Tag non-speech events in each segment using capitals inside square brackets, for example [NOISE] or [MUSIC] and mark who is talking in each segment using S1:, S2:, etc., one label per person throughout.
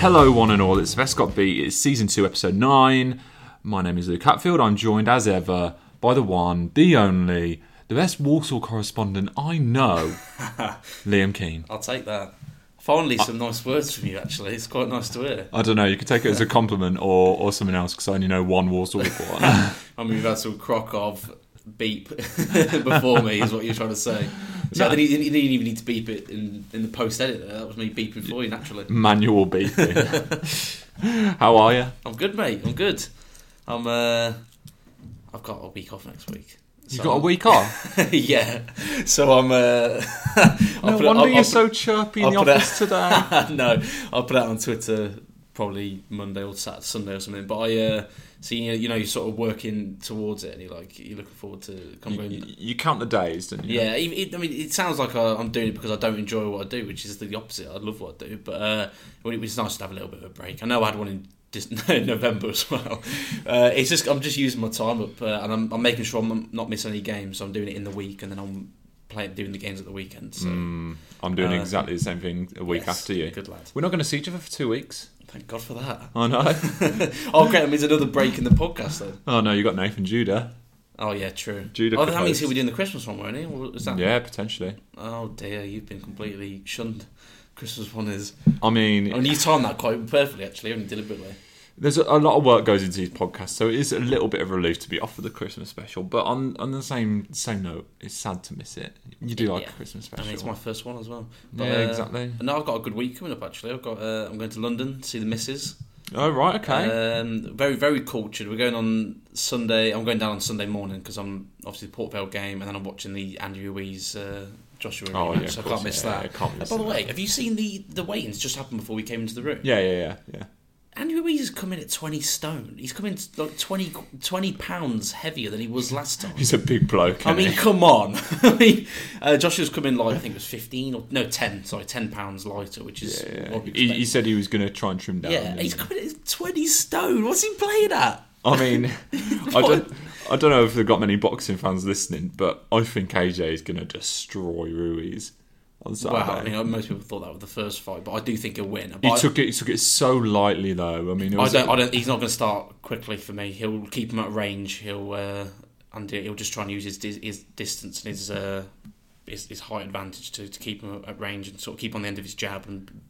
S1: Hello, one and all. It's Vescott B. It's season two, episode nine. My name is Luke Hatfield. I'm joined, as ever, by the one, the only, the best Warsaw correspondent I
S2: [LAUGHS]
S1: know, Liam Keane.
S2: I'll take that. Finally, some nice words from you. Actually, it's quite nice to hear.
S1: I don't know. You could take it as a compliment or, or something else because I only know one Warsaw
S2: [LAUGHS]
S1: reporter.
S2: I mean, we've had some Krokov beep [LAUGHS] before me, is what you're trying to say. So
S1: No.
S2: you didn't you didn't even need to beep it in, in the post edit. That was me beeping for you naturally.
S1: Manual beeping. How are you?
S2: I'm good, mate. I'm good. I'm. uh I've got a week off next week.
S1: You
S2: So-
S1: got a week off.
S2: yeah. So I'm. Uh, [LAUGHS] I'll
S1: No
S2: put it-
S1: wonder
S2: I'll-
S1: you're
S2: I'll
S1: so chirpy in
S2: I'll
S1: the
S2: put it-
S1: office
S2: [LAUGHS]
S1: today.
S2: no, I'll put it out on Twitter probably Monday or Saturday, Sunday or something. But I, uh, so you know, you know, you're sort of working towards it, and you're like, you're looking forward to
S1: You,
S2: coming.
S1: you- you count the days, don't you?
S2: Yeah, it, it, I mean, it sounds like I, I'm doing it because I don't enjoy what I do, which is the opposite. I love what I do, but uh, well, it was nice to have a little bit of a break. I know I had one in dis- [LAUGHS] November as well. Uh, it's just I'm just using my time up, uh, and I'm, I'm making sure I'm not missing any games. So I'm doing it in the week, and then I'm playing doing the games at the weekend. So
S1: Mm, I'm doing
S2: Uh,
S1: exactly the same thing a week
S2: yes,
S1: after you.
S2: good lad.
S1: We're not going to see each other for two weeks.
S2: Thank God for that.
S1: I know.
S2: oh, great. That means another break in the podcast then.
S1: oh no, you got Nathan Judah.
S2: Oh, yeah, true.
S1: Judah
S2: oh, that means
S1: proposed.
S2: he'll be doing the Christmas one, won't he? Or is that...
S1: Yeah, potentially.
S2: Oh, dear. You've been completely shunned. Christmas one is.
S1: I mean,
S2: I mean, you timed that quite perfectly, actually, and deliberately.
S1: there's a, a lot of work goes into these podcasts, so it is a little bit of a relief to be off of the Christmas special. But on on the same same note, it's sad to miss it. You do like
S2: Yeah.
S1: a Christmas
S2: I
S1: special.
S2: mean, it's my first one as well.
S1: yeah,
S2: uh,
S1: exactly.
S2: And now I've got a good week coming up, actually. I've got. Uh, I'm going to London to see the missus.
S1: Oh right, okay.
S2: Um, very, very cultured. We're going on Sunday. I'm going down on Sunday morning because I'm obviously the Port Vale game, and then I'm watching the Andy Ruiz uh, Joshua.
S1: oh
S2: rematch,
S1: yeah,
S2: so
S1: of
S2: I can't
S1: course,
S2: miss
S1: yeah,
S2: that.
S1: yeah, can't miss
S2: By the
S1: it.
S2: way, have you seen the the weigh-ins just happened before we came into the room?
S1: Yeah, yeah, yeah, yeah.
S2: Andrew Ruiz is coming at twenty stone. He's coming t- like 20, 20 pounds heavier than he was
S1: [LAUGHS]
S2: last time.
S1: He's a big bloke.
S2: I
S1: isn't
S2: mean,
S1: he?
S2: come on. [LAUGHS] I mean, uh, Joshua's coming like I think it was fifteen or no ten. Sorry, ten pounds lighter, which is
S1: yeah, yeah.
S2: what we
S1: He, he um,
S2: expect.
S1: said he was going to try and trim down.
S2: yeah.
S1: and-
S2: He's coming at twenty stone. What's he playing at?
S1: I
S2: [LAUGHS]
S1: mean, I don't, I don't know if they've got many boxing fans listening, but I think AJ is going to destroy Ruiz on Saturday.
S2: Wow. I mean, most people thought that was the first fight, but I do think he'll win. But
S1: he
S2: I-
S1: took it. He took it so lightly, though. I mean, it
S2: I
S1: was,
S2: don't, I don't. He's not going to start quickly for me. He'll keep him at range. He'll uh, and he'll just try and use his dis- his distance and his uh, his, his height advantage to, to keep him at range and sort of keep on the end of his jab and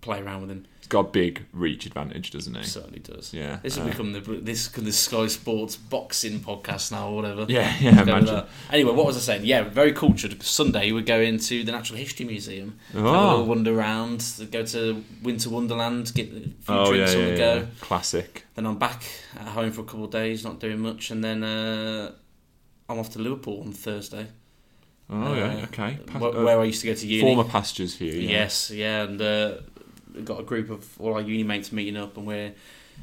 S2: play around with him.
S1: he's got a big reach advantage, doesn't he?
S2: Certainly does.
S1: Yeah,
S2: This will
S1: uh,
S2: become the this become the Sky Sports boxing podcast now or whatever.
S1: yeah, yeah.
S2: Go with
S1: Imagine.
S2: that. Anyway, what was I saying? Yeah, very cultured. Sunday we're going to the Natural History Museum. Have a
S1: Oh.
S2: little wander around. Go to Winter Wonderland. Get a few
S1: Oh yeah,
S2: drinks
S1: yeah,
S2: on the
S1: yeah.
S2: go.
S1: Classic.
S2: Then I'm back at home for a couple of days, not doing much, and then uh, I'm off to Liverpool on Thursday,
S1: Oh yeah.
S2: Uh,
S1: Okay. Pa-
S2: where,
S1: uh,
S2: where I used to go to uni.
S1: former pastures for you. Yeah.
S2: Yes, yeah, and uh, we've got a group of all our uni mates meeting up, and we're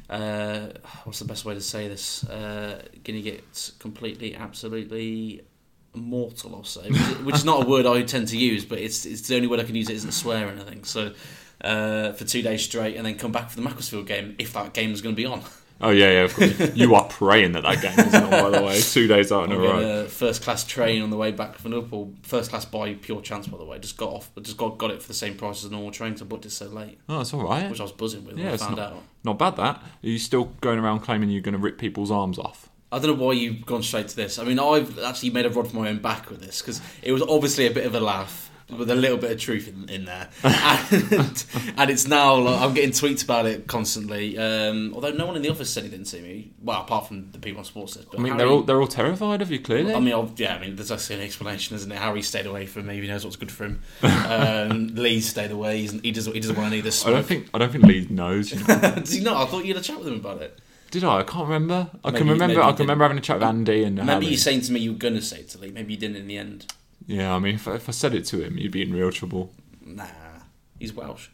S2: uh, what's the best way to say this? Uh, gonna get completely, absolutely mortal, I'll say, which is- which is not a word I tend to use, but it's it's the only word I can use. It isn't swear or anything. So. Uh, for two days straight, and then come back for the Macclesfield game if that game is going to be on.
S1: Oh yeah, yeah. Of
S2: [LAUGHS]
S1: course. you are praying that that game is on. By the way, two days out in a
S2: I'm
S1: row.
S2: getting a uh, first class train on the way back from Liverpool. First class by pure chance, by the way. Just got off, just got got it for the same price as a normal train. Cause I booked it so late,
S1: Oh, it's all right.
S2: which I was buzzing with
S1: Yeah,
S2: when I
S1: it's
S2: found
S1: not-
S2: out.
S1: Not bad. That are you still going around claiming you're going to rip people's arms off?
S2: I don't know why you've gone straight to this. I mean, I've actually made a rod for my own back with this because it was obviously a bit of a laugh with a little bit of truth in,
S1: [LAUGHS]
S2: in there, and, and it's now like, I'm getting tweets about it constantly. Um, although no one in the office said anything to me, well, apart from the people on sports. Desk, But
S1: I mean,
S2: Harry-
S1: they're all they're all terrified of you, clearly.
S2: I mean, I'll, yeah, I mean, there's actually an explanation, isn't it? Harry stayed away from me. He knows what's good
S1: [LAUGHS]
S2: for him. Um, Lee stayed away. He's, he doesn't. He doesn't want any of this
S1: I don't
S2: smoke.
S1: think I don't think Lee knows. you know.
S2: [LAUGHS] Do you know? I thought you had a chat with him about it.
S1: Did I? I can't remember. I can
S2: Maybe-
S1: remember.
S2: maybe
S1: I can
S2: you didn't.
S1: remember having a chat with Andy and.
S2: Remember
S1: Harry.
S2: you saying to me you were gonna say it to Lee. Maybe you didn't in the end.
S1: Yeah, I mean, if, I- if I said it to him, you'd
S2: [LAUGHS]
S1: be in real trouble.
S2: Nah, he's Welsh.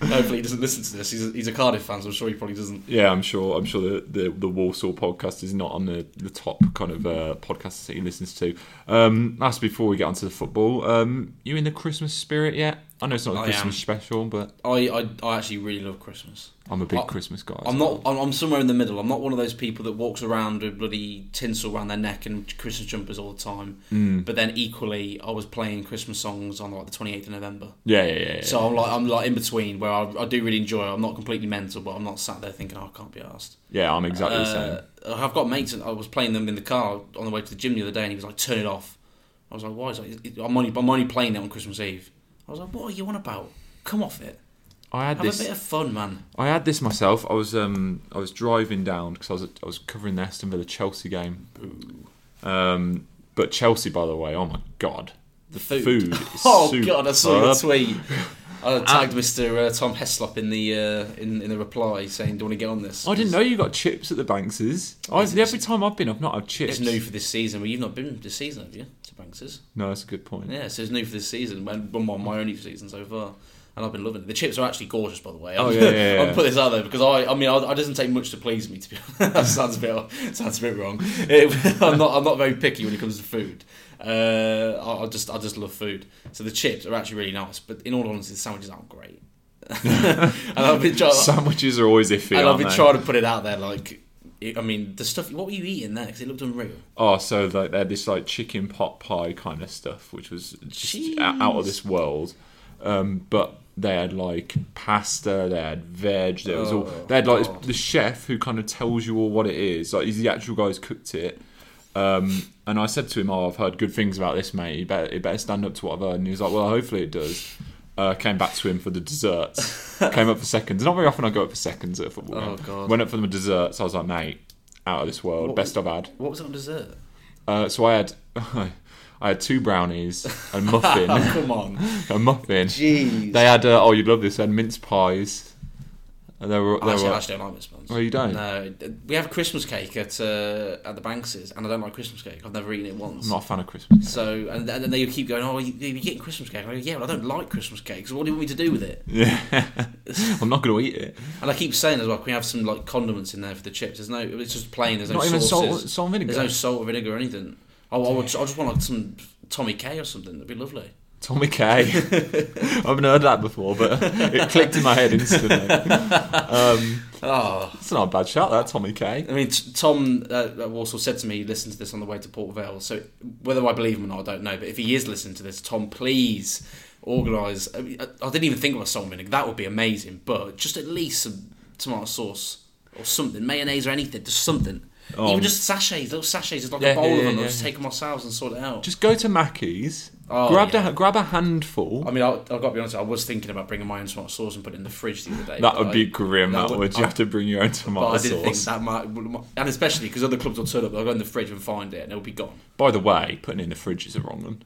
S2: Hopefully, he doesn't listen to this. He's a, he's a Cardiff fan, so I'm sure he probably doesn't.
S1: Yeah, I'm sure. I'm sure the the, the Warsaw podcast is not on the, the top kind of uh, podcasts that he listens to. Um, that's before we get onto the football. Um, you in the Christmas spirit yet? I know it's not a
S2: I
S1: Christmas
S2: am.
S1: special, but
S2: I, I, I actually really love Christmas.
S1: I'm a big
S2: I-
S1: Christmas guy.
S2: I'm not. I'm, I'm somewhere in the middle. I'm not one of those people that walks around with bloody tinsel around their neck and Christmas jumpers all the time.
S1: Mm.
S2: But then equally, I was playing Christmas songs on like the 28th of November.
S1: Yeah, yeah, yeah. yeah.
S2: So I'm like, I'm like in between where I, I do really enjoy. it. I'm not completely mental, but I'm not sat there thinking oh, I can't be asked.
S1: yeah, I'm exactly the same.
S2: Uh, I've got mates, and I was playing them in the car on the way to the gym the other day, and he was like, "Turn it off." I was like, "Why?" He's like, "I'm only, I'm only playing it on Christmas Eve." I was like, "What are you on about? Come off it.
S1: I had
S2: Have
S1: this.
S2: a bit of fun, man."
S1: I had this myself. I was um I was driving down because I was I was covering the Aston Villa Chelsea game. Um, but Chelsea, by the way, oh my god, the food. is
S2: [LAUGHS] oh god, I saw your
S1: superb.
S2: tweet.
S1: [LAUGHS]
S2: I tagged Mr. Uh, Tom Heslop in the uh, in in the reply saying, "Do you want to get on this?"
S1: I didn't know you got chips at the Bankses. I,
S2: Is it-
S1: every time I've been, I've not had chips.
S2: It's new for this season. Well, you've not been this season, have you? To Banks's.
S1: No, that's a good point.
S2: Yeah, so it's new for this season. When one of my only season so far, and I've been loving it. The chips are actually gorgeous, by the way. [LAUGHS]
S1: Oh, yeah, yeah, yeah, yeah.
S2: I'll put this out there because I, I mean, I, it doesn't take much to please me. To be [LAUGHS] honest, that sounds a bit, [LAUGHS] sounds a bit wrong. It- [LAUGHS] I'm not, I'm not very picky when it comes to food. Uh, I, I just, I just love food. So the chips are actually really nice, but in all honesty, the sandwiches aren't great. [LAUGHS] and I've been
S1: [LAUGHS]
S2: trying,
S1: Sandwiches are always iffy.
S2: and I've
S1: aren't
S2: been
S1: they?
S2: trying to put it out there. Like, it, I mean, the stuff. What were you eating there? Because it looked unreal.
S1: Oh, so like they had this like chicken pot pie kind of stuff, which was just o- out of
S2: Jeez.
S1: this world. Um, but they had like pasta, they had veg, there was all
S2: Oh.
S1: they had like this-
S2: Oh.
S1: the chef who kind of tells you all what it is. Like he's the actual guy who's cooked it. Um, and I said to him, "Oh, I've heard good things about this, mate. You better, it better stand up to what I've heard." And he was like, "Well, hopefully it does." Uh, came back to him for the
S2: [LAUGHS]
S1: desserts. Came up for seconds. Not very often I go up for seconds at a football
S2: Oh,
S1: game.
S2: God.
S1: Went up for the desserts. I was like, "Mate, out of this world,
S2: What
S1: best I've had."
S2: What was it on dessert?
S1: Uh, so I had [LAUGHS] I had two brownies, a muffin,
S2: [LAUGHS] Come on,
S1: a muffin.
S2: jeez.
S1: They had uh, oh you'd love this. They had mince pies. And they were
S2: I
S1: they
S2: actually, I
S1: were.
S2: actually don't like mince buns.
S1: Oh, you don't?
S2: No, we have a Christmas cake at uh, at the Bankses, and I don't like Christmas cake. I've never eaten it
S1: I'm
S2: once.
S1: not a fan of
S2: [LAUGHS]
S1: Christmas.
S2: So and, and then they keep going, oh, you, you're getting Christmas cake. I go, yeah, but I don't like Christmas cake. So what do you want me to do with it?
S1: Yeah, I'm not going to eat it.
S2: And I keep saying as well, can we have some like condiments in there for the chips? There's no, it's just plain. There's no
S1: not even salt,
S2: sauces.
S1: salt and vinegar.
S2: There's no salt or vinegar or anything. Oh, I, would, I just want like some Tommy K or something. That'd be lovely.
S1: Tommy
S2: [LAUGHS]
S1: K. I haven't heard that before, but it clicked in my head
S2: [LAUGHS]
S1: instantly. Um,
S2: Oh,
S1: that's not a bad shout, that Tommy K.
S2: I mean, t- Tom uh, Walsall said to me, he listened to this on the way to Port Vale. So whether I believe him or not, I don't know. But if he is listening to this, Tom, please organise. I, mean, I, I didn't even think about salt and vinegar. That would be amazing. But just at least some tomato sauce or something, mayonnaise or anything, just something.
S1: Oh.
S2: Even just sachets, little sachets, just like
S1: Yeah,
S2: a bowl
S1: yeah,
S2: of them.
S1: yeah,
S2: I'll
S1: yeah.
S2: just take them ourselves and sort it out.
S1: Just go to Mackey's,
S2: Oh,
S1: grab
S2: yeah.
S1: a, grab a handful.
S2: I mean, I, I've got to be honest. I was thinking about bringing my own tomato sauce and put it in the fridge the other day.
S1: that
S2: but
S1: would
S2: I-
S1: be grim.
S2: that
S1: That
S2: would-
S1: would. You have to bring your own tomato
S2: But I did
S1: sauce.
S2: think that might, and especially because other clubs will turn up, they'll go in the fridge and find it, and it'll be gone.
S1: By the way, putting it in the fridge is a wrong one.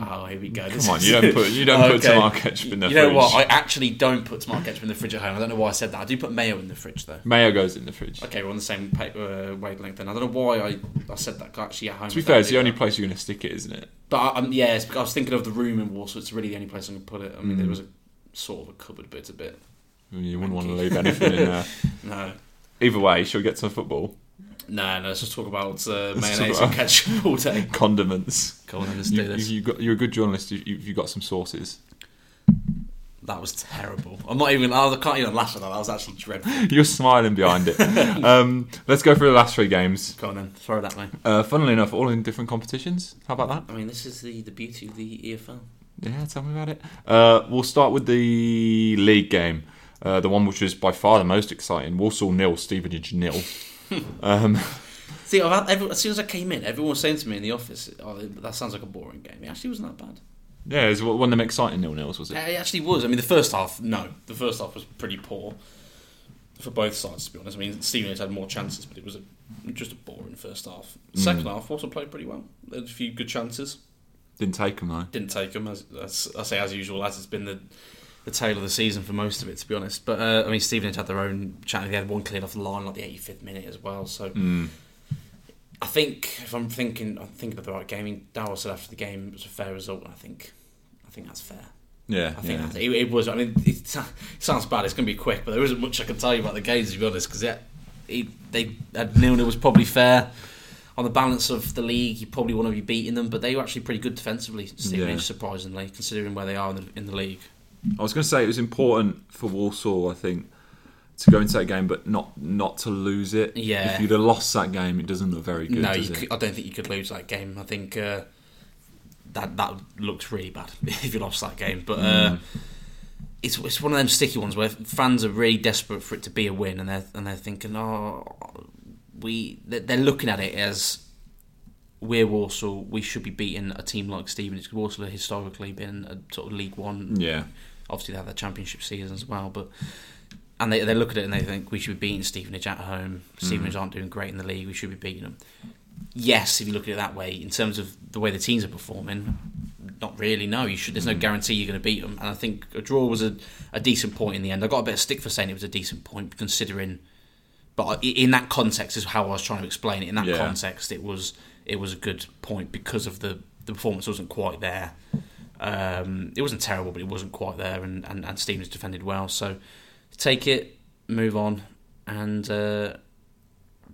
S2: Oh, here we go.
S1: Come on, you
S2: [LAUGHS]
S1: don't put you don't put tomato ketchup in the
S2: You
S1: fridge.
S2: know what? I actually don't put tomato ketchup in the fridge at home. I don't know why I said that. I do put mayo in the fridge though.
S1: Mayo goes in the fridge.
S2: Okay, we're on the same pa- uh, wavelength then. I don't know why I, I said that. 'cause Actually, at home.
S1: To be
S2: I
S1: fair,
S2: don't
S1: it's
S2: do
S1: the only
S2: that.
S1: place you're going to stick it, isn't it?
S2: But I, um, yeah, it's because I was thinking of the room in Warsaw. It's really the only place I can put it. I mean,
S1: Mm.
S2: there was a sort of a cupboard, but it's a bit.
S1: I mean, You wouldn't want to
S2: Thank
S1: leave anything in
S2: [LAUGHS]
S1: there.
S2: No,
S1: Either way, shall we get to football?
S2: no, no. Let's just talk about uh,
S1: Let's talk
S2: mayonnaise
S1: about-
S2: and ketchup all day. [LAUGHS]
S1: Condiments.
S2: Go on, then, let's
S1: You,
S2: do this.
S1: you got, you're a good journalist. You, you, you got some sources. [LAUGHS]
S2: That was terrible. I'm not even. I can't even laugh at that. That was actually dreadful.
S1: You're smiling behind
S2: [LAUGHS]
S1: it. um, let's go through the last three games.
S2: Go on then, throw that way.
S1: Uh, funnily enough, all in different competitions. How about that?
S2: I mean, this is the, the beauty of the E EFL.
S1: Yeah, tell me about it. Uh, we'll start with the league game, uh, the one which was by far the most exciting. Walsall nil, Stevenage nil. um,
S2: See, I've had, every, as soon as I came in, everyone was saying to me in the office, "Oh, that sounds like a boring game." It actually wasn't that bad.
S1: yeah, it was one of them exciting nil nils, was it?
S2: It actually was. I mean, the first half, no, the first half was pretty poor for both sides. To be honest, I mean, Stevenage had more chances, but it was a, just a boring first half. Second half, Walsall played pretty well. They had a few good chances.
S1: Didn't take them though.
S2: didn't take them. As, as I say, as usual, as it's been the the tail of the season for most of it, to be honest. But uh, I mean, Stevenage had their own chance. They had one cleared off the line like the 85th minute as well. So I think if I'm thinking, I'm thinking of the right game. I mean, Darrell said after the game it was a fair result, and I think I think that's fair.
S1: Yeah,
S2: I think
S1: yeah.
S2: that's it, it was. I mean, it, sa- it sounds bad. It's going to be quick, but there isn't much I can tell you about the games to be honest. Because yeah, he, they had nil nil was probably fair on the balance of the league. You probably want to be beating them, but they were actually pretty good defensively. Stevenage,
S1: Yeah.
S2: surprisingly, considering where they are in the, in the league.
S1: I was going to say it was important for Walsall, I think, to go into that game, but not not to lose it.
S2: Yeah.
S1: If you'd have lost that game, it doesn't look very good.
S2: no,
S1: does
S2: you
S1: it?
S2: could, I don't think you could lose that game. I think uh, that that looks really bad [LAUGHS] if you lost that game. But uh,
S1: Hmm.
S2: it's it's one of them sticky ones where fans are really desperate for it to be a win, and they're and they're thinking, oh, we they're they're looking at it as we're Warsaw, we should be beating a team like Stevenage. 'cause Warsaw have historically been a sort of League One
S1: Yeah.
S2: obviously they had their championship season as well, but and they they look at it and they think we should be beating Stevenage at home.
S1: Hmm.
S2: Stevenage aren't doing great in the league. We should be beating them. Yes, if you look at it that way, in terms of the way the teams are performing, not really. No, you should. There's no guarantee you're going to beat them. And I think a draw was a, a decent point in the end. I got a bit of stick for saying it was a decent point considering, but I- in that context is how I was trying to explain it. In that
S1: Yeah.
S2: context, it was it was a good point because of the the performance wasn't quite there. Um, it wasn't terrible, but it wasn't quite there, and, and, and Stevens defended well. So take it, move on, and uh,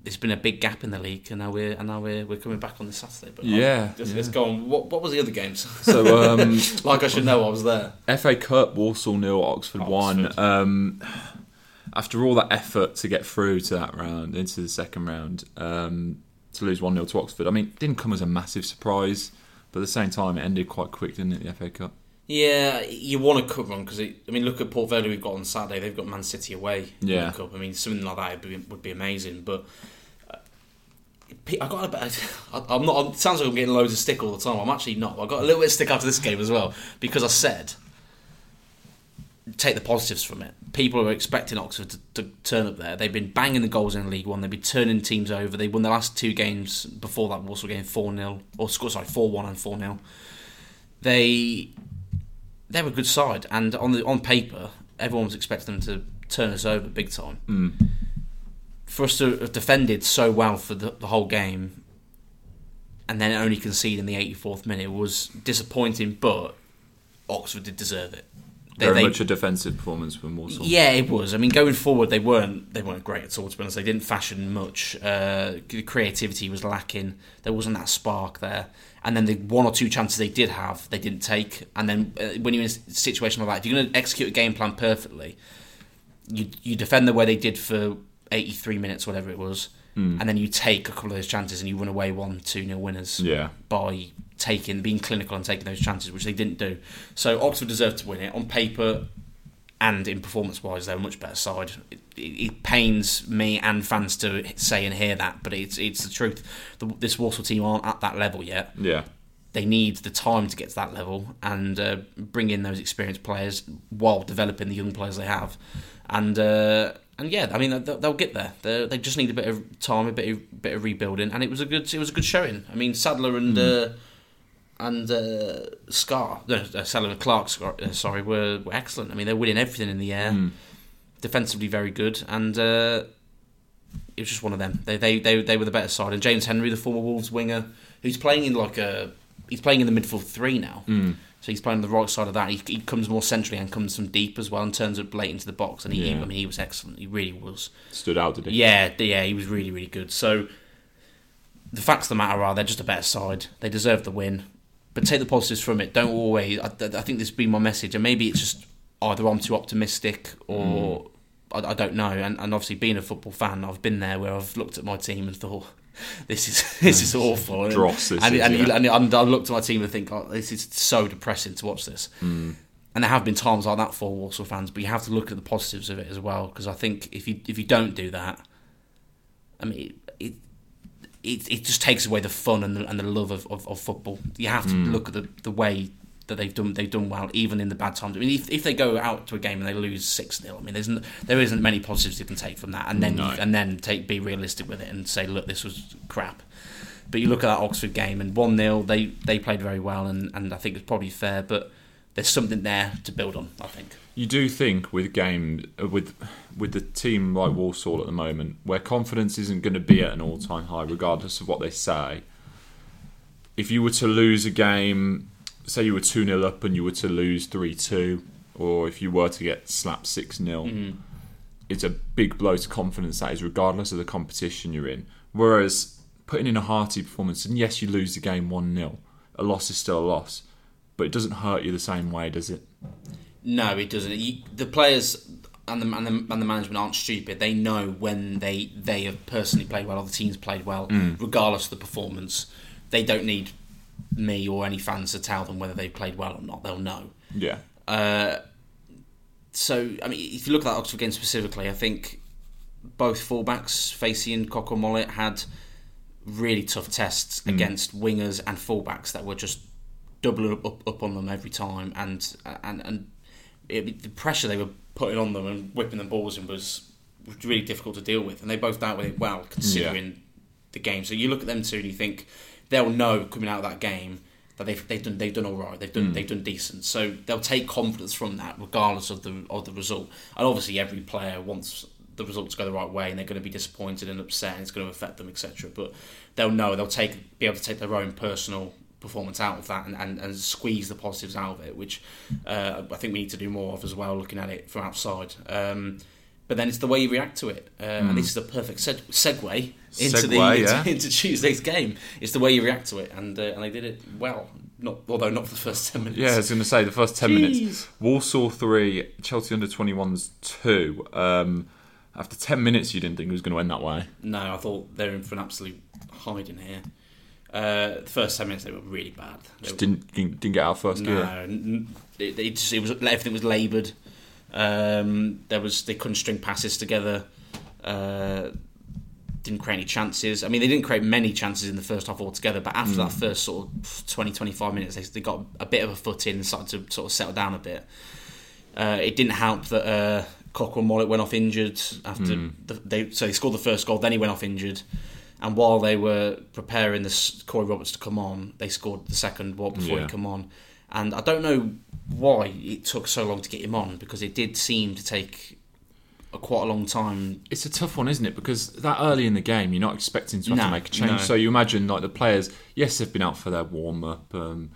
S2: there's been a big gap in the league, and now we're and now we're, we're coming back on this Saturday. But um,
S1: Yeah,
S2: let's, let's go on. What, what was the other games? [LAUGHS]
S1: So um, [LAUGHS]
S2: like I should know, I was there.
S1: FA Cup, Walsall nil, Oxford, one.
S2: Oxford.
S1: Um, after all that effort to get through to that round, into the second round, um, to lose one 0 to Oxford, I mean, it didn't come as a massive surprise, but at the same time, it ended quite quick, didn't it? The FA Cup.
S2: Yeah, you want to cut run because I mean, look at Port Vale. We've got on Saturday. They've got Man City away. in the
S1: Yeah.
S2: Cup. I mean, something like that would be, would be amazing. But uh, Pe- I got a bit. [LAUGHS] I- I'm not. It sounds like I'm getting loads of stick all the time. I'm actually not. I got a little bit of stick after this game as well because I said take the positives from it. People are expecting Oxford to, to turn up there. They've been banging the goals in League One. They've been turning teams over. They won the last two games before that Walsall game four 0 or score sorry four one and four 0 They they were a good side, and on the on paper, everyone was expecting them to turn us over big time.
S1: Hmm.
S2: For us to have defended so well for the, the whole game, and then only concede in the 84th minute was disappointing. But Oxford did deserve it. They-
S1: Very
S2: they-
S1: much a defensive performance from Walsall.
S2: yeah, it was. I mean, going forward, they weren't they weren't great at all. To be honest, they didn't fashion much. Uh, the creativity was lacking. There wasn't that spark there. And then the one or two chances they did have, they didn't take. And then uh, when you're in a situation like that, if you're going to execute a game plan perfectly, you you defend the way they did for 83 minutes, whatever it was, and then you take a couple of those chances and you run away one two nil winners
S1: Yeah.
S2: by taking being clinical and taking those chances, which they didn't do. So Oxford deserved to win it on paper and in performance wise. They're a much better side. It, it, it pains me and fans to say and hear that, but it's it's the truth. The, this Walsall team aren't at that level yet
S1: Yeah.
S2: they need the time to get to that level and uh, bring in those experienced players while developing the young players they have. And uh, and yeah, I mean they'll, they'll get there. they they just need a bit of time, a bit of, bit of rebuilding. And it was a good it was a good showing. I mean Sadler and uh, and uh, Scar, no, uh, Sadler and Clark, Scar- uh, sorry, were, were excellent. I mean they're winning everything in the air, defensively very good, and. Uh, it was just one of them. They they they, they were the better side. And James Henry, the former Wolves winger, who's playing in like a he's playing in the midfield three now. Mm. So he's playing on the right side of that. He, he comes more centrally and comes from deep as well, and turns up late into the box. And he,
S1: Yeah.
S2: I mean, he was excellent. He really was.
S1: Stood out, did it?
S2: Yeah, th- yeah, he was really, really good. So the facts of the matter are they're just a better side. They deserve the win. But take the positives from it. Don't always. I, I think this has been my message, and maybe it's just either I'm too optimistic
S1: Mm.
S2: or I, I don't know. And, and obviously, being a football fan, I've been there where I've looked at my team and thought, [LAUGHS] "This is [LAUGHS] this is awful."
S1: Dross, this
S2: and,
S1: is,
S2: and,
S1: yeah.
S2: you- and, and I've looked at my team and think, "Oh, this is so depressing to watch this."
S1: Mm.
S2: and there have been times like that for Walsall fans, but you have to look at the positives of it as well because I think if you if you don't do that, I mean it it, it just takes away the fun and the, and the love of, of, of football. You have to look at the, the way that they've done they've done well even in the bad times. I mean if, if they go out to a game and they lose six 0 I mean there's n there isn't many positives you can take from that, and then
S1: No.
S2: you, and then take be realistic with it and say look this was crap. But you look at that Oxford game and one 0 they they played very well and, and I think it's probably fair, but there's something there to build on. I think.
S1: You do think with game uh, with with the team like Walsall at the moment, where confidence isn't going to be at an all time high, regardless of what they say. If you were to lose a game say you were 2 0 up and you were to lose 3 2, or if you were to get slapped 6 0, it's a big blow to confidence that is, regardless of the competition you're in. Whereas putting in a hearty performance, and yes, you lose the game 1 0, a loss is still a loss, but it doesn't hurt you the same way, does it?
S2: No, it doesn't. You, the players and the, and the and the management aren't stupid. They know when they they have personally played well or the team's played well, regardless of the performance. They don't need me or any fans to tell them whether they've played well or not. They'll know.
S1: Yeah.
S2: So I mean, if you look at that Oxford game specifically, I think both fullbacks, Facey and Cockle Mollet, had really tough tests against wingers and fullbacks that were just doubling up, up, up on them every time, and and and it, the pressure they were putting on them and whipping them balls in was really difficult to deal with, and they both dealt with it well considering the game. So you look at them two and you think they'll know coming out of that game that they've they've done they've done all right, they've done they've done decent. So they'll take confidence from that regardless of the of the result. And obviously every player wants the result to go the right way and they're going to be disappointed and upset and it's going to affect them etc but they'll know they'll take be able to take their own personal performance out of that and, and, and squeeze the positives out of it which uh, I think we need to do more of as well looking at it from outside um, but then it's the way you react to it uh, and this is the perfect seg- segue into the
S1: Hmm.
S2: [LAUGHS]
S1: Segue,
S2: into-
S1: yeah.
S2: into Tuesday's game it's the way you react to it and uh, and they did it well not although not for the first [LAUGHS] 10 minutes
S1: Yeah, I was going to say the first 10
S2: Jeez.
S1: minutes. Walsall 3, Chelsea under 21s 2. Um, after 10 minutes, you didn't think it was going to end that way.
S2: No, I thought they were in for an absolute hiding here. Uh, the first ten minutes they were really bad. They
S1: Just
S2: were-
S1: didn't, didn't, didn't get our first
S2: no,
S1: gear.
S2: n- it, it just it was everything was laboured. Um, there was they couldn't string passes together. Uh, didn't create any chances. I mean, they didn't create many chances in the first half altogether. But after that first sort of 20, 25 minutes, they, they got a bit of a foot in and started to sort of settle down a bit. Uh, it didn't help that uh, Cochrane Mollet went off injured after the, they so they scored the first goal, then he went off injured. And while they were preparing this Corey Roberts to come on, they scored the second one before
S1: Yeah.
S2: he come on. And I don't know why it took so long to get him on because it did seem to take a quite a long time.
S1: It's a tough one, isn't it? Because that early in the game, you're not expecting to have
S2: No,
S1: to make a change.
S2: no.
S1: So you imagine, like, the players, yes, they've been out for their warm up. Um,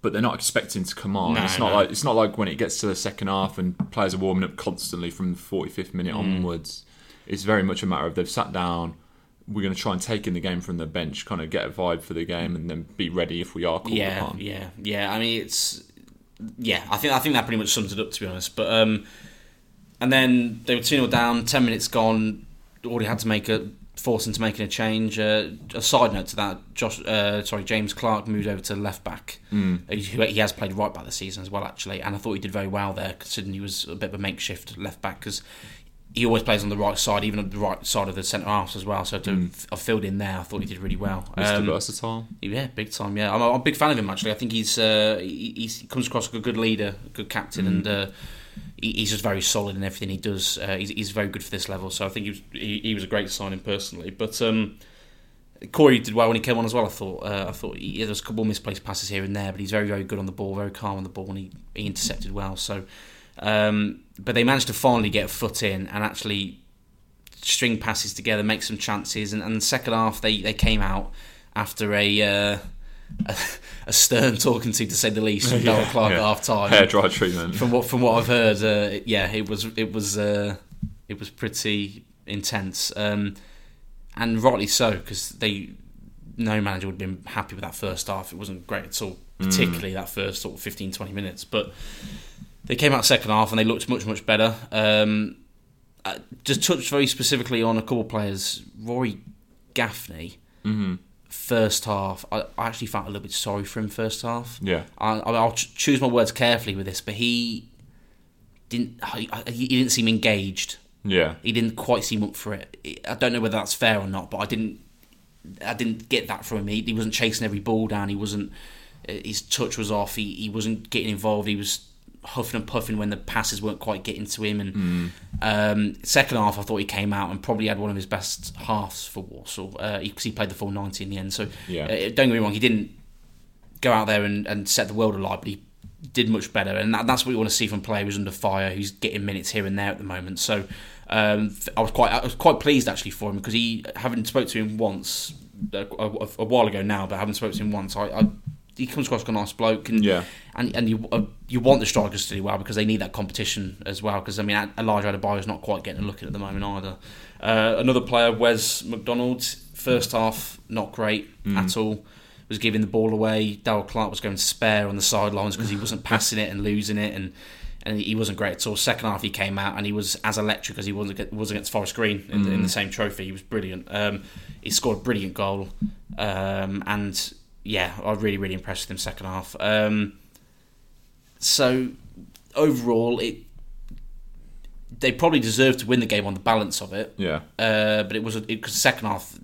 S1: but they're not expecting to come on.
S2: No,
S1: it's not
S2: no.
S1: like it's not like when it gets to the second half and players are warming up constantly from the 45th minute
S2: Mm.
S1: onwards. It's very much a matter of they've sat down. We're going to try and take in the game from the bench, kind of get a vibe for the game, and then be ready if we are called
S2: yeah,
S1: upon.
S2: yeah, yeah. I mean, it's yeah. I think I think that pretty much sums it up to be honest. But um, and then they were two 0 down, ten minutes gone. Already had to make a force into making a change. Uh, a side note to that, Josh, uh, sorry, James Clark moved over to left back.
S1: Hmm.
S2: Mm. He, he has played right back this season as well, actually, and I thought he did very well there, considering he was a bit of a makeshift left back because he always plays on the right side, even on the right side of the centre halves as well. So to have filled in there, I thought he did really well.
S1: Hmm. Mr.
S2: Um,
S1: Versatile.
S2: yeah, big time. Yeah, I'm a, I'm a big fan of him actually. I think he's uh, he, he's- he comes across like a good leader, a good captain, and uh, he, he's just very solid in everything he does. Uh, he's, he's very good for this level. So I think he was he, he was a great signing personally. But um, Corey did well when he came on as well. I thought uh, I thought he, yeah, there was a couple of misplaced passes here and there, but he's very very good on the ball, very calm on the ball, and he, he intercepted well. So, um, but they managed to finally get a foot in and actually string passes together, make some chances, and, and the second half they, they came out after a, uh, [LAUGHS] a a stern talking to, to say the least, from Darryl
S1: [LAUGHS]
S2: Clark
S1: yeah.
S2: at half time
S1: Hair dry treatment.
S2: from what from what I've heard, uh, it- yeah, it was it was uh, it was pretty intense, um, and rightly so because they no manager would have been happy with that first half. It wasn't great at all, particularly that first sort of 15, 20 minutes. But they came out second half and they looked much much better. Um, I just touched very specifically on a couple of players, Rory Gaffney. First half, I, I actually felt a little bit sorry for him. First half,
S1: Yeah.
S2: I, I- I'll ch- choose my words carefully with this, but he didn't. I- I- He didn't seem engaged.
S1: Yeah.
S2: He didn't quite seem up for it. I don't know whether that's fair or not, but I didn't. I didn't get that from him. He, he wasn't chasing every ball down. He wasn't. uh, His touch was off. He, he wasn't getting involved. He was huffing and puffing when the passes weren't quite getting to him. And um, second half, I thought he came out and probably had one of his best halves for Warsaw because he, 'cause he played the full ninety in the end. So
S1: Yeah.
S2: uh, don't get me wrong, he didn't go out there and, and set the world alight, but he did much better. And that, that's what you want to see from a player who's under fire, who's getting minutes here and there at the moment. So um, I was quite I was quite pleased actually for him because uh, he, having spoke to him once a, a- a while ago now, but having spoke to him once, I, I he comes across like a nice bloke, and
S1: Yeah.
S2: and and you uh, you want the strikers to do well because they need that competition as well. Because I mean, Elijah Adebayo is not quite getting a look in at the moment either. Uh, another player, Wes McDonald, first half not great at all. Was giving the ball away. Daryl Clark was going spare on the sidelines because he wasn't passing it and losing it, and and he wasn't great at all. Second half, he came out and he was as electric as he was against, was against Forest Green in, the in the same trophy. He was brilliant. Um, he scored a brilliant goal, um, and yeah, I was really really impressed with him second half. Um, so overall, it they probably deserved to win the game on the balance of it.
S1: Yeah.
S2: Uh, but it was because second half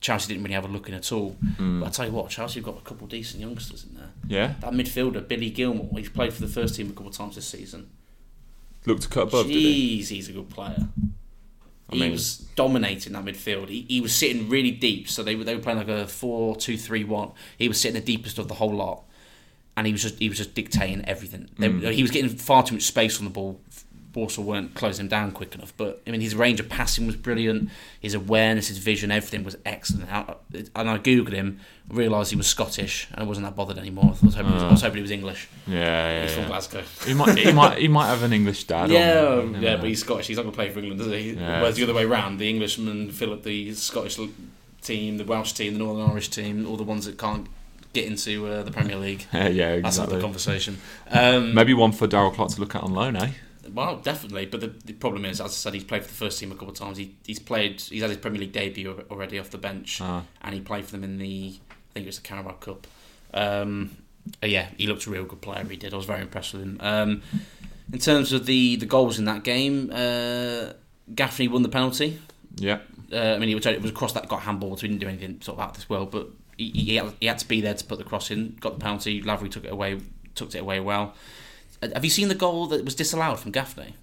S2: Chelsea didn't really have a look in at all. But I tell you what, Chelsea have got a couple of decent youngsters in there.
S1: Yeah.
S2: That midfielder Billy Gilmore, he's played for the first team a couple of times this season.
S1: Look to cut above, did he?
S2: Jeez, he's a good player.
S1: I
S2: he
S1: mean-
S2: was dominating that midfield. He, he was sitting really deep, so they were they were playing like a 4-2-3-1. He was sitting the deepest of the whole lot, and he was just he was just dictating everything. They,
S1: Mm.
S2: He was getting far too much space on the ball. Warsaw weren't closing him down quick enough, but I mean his range of passing was brilliant. His awareness, his vision, everything was excellent. How- And I googled him, realised he was Scottish, and I wasn't that bothered anymore. I was hoping, I was, hoping he was English.
S1: Yeah, Ah.
S2: He's
S1: yeah,
S2: from
S1: yeah.
S2: Glasgow. [LAUGHS]
S1: He might, he might, he might have an English dad. uh,
S2: Yeah,
S1: or-
S2: um,
S1: you
S2: yeah,
S1: know.
S2: but he's Scottish. He's not going to play for England, does he?
S1: Yeah.
S2: Whereas the other way round, the Englishman fill up the Scottish l- team, the Welsh team, the Northern Irish team, all the ones that can't get into uh, the Premier League.
S1: [LAUGHS] yeah, yeah,
S2: That's another
S1: exactly.
S2: conversation. Um,
S1: Maybe one for Daryl Clark to look at on loan, eh?
S2: well, definitely. But the, the problem is, as I said, he's played for the first team a couple of times. He, he's played. He's had his Premier League debut al- already off the bench,
S1: Ah.
S2: and he played for them in the. I think it was the Carabao Cup. Um, uh, yeah, he looked a real good player. He did. I was very impressed with him. Um, in terms of the the goals in that game, uh, Gaffney won the penalty.
S1: Yeah,
S2: Uh, I mean, it was, it was a cross that got handballed, so he didn't do anything sort of out of this world. But he, he, had, he had to be there to put the cross in. Got the penalty. Lavery took it away. Tucked it away well. Uh, Have you seen the goal that was disallowed from Gaffney?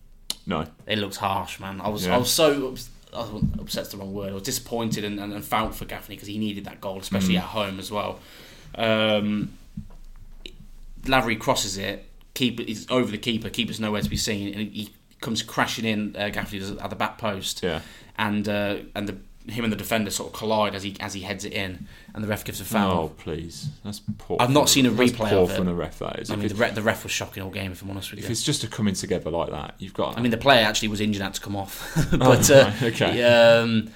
S1: no,
S2: It looks harsh, man. I was
S1: Yeah.
S2: I was so ups- I was upset's the wrong word. I was disappointed and, and, and felt for Gaffney because he needed that goal, especially
S1: Mm.
S2: at home as well. Um, Lavery crosses it. Keeper is over the keeper. Keeper's nowhere to be seen, and he comes crashing in. Uh, Gaffney does at the back post
S1: yeah,
S2: and uh, and the him and the defender sort of collide as he as he heads it in, and the ref gives a foul.
S1: Oh please, that's poor.
S2: I've not
S1: from-
S2: seen a
S1: that's
S2: replay
S1: poor
S2: of it.
S1: from the ref. That is.
S2: I
S1: if,
S2: mean, the
S1: it's,
S2: ref, the ref was shocking all game. If I'm honest with
S1: if
S2: you,
S1: it's just a coming together like that, you've got.
S2: I mean the player actually was injured, had to come off. [LAUGHS] but uh,
S1: Oh, right, okay.
S2: he, um,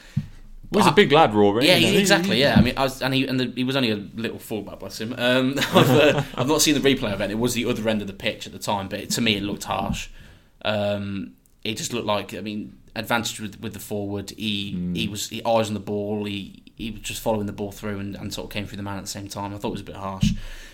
S1: well, he's a big lad, Rory.
S2: yeah,
S1: you know,
S2: he-
S1: he-
S2: exactly. Yeah, I mean, I was, and he and the, he was only a little fullback, bless him. Um, [LAUGHS] I've, uh, I've not seen the replay of it. It was the other end of the pitch at the time, but it, to me, it looked harsh. Um, it just looked like I mean, advantage with with the forward. He he was he eyes on the ball. He he was just following the ball through and, and sort of came through the man at the same time. I thought it was a bit harsh,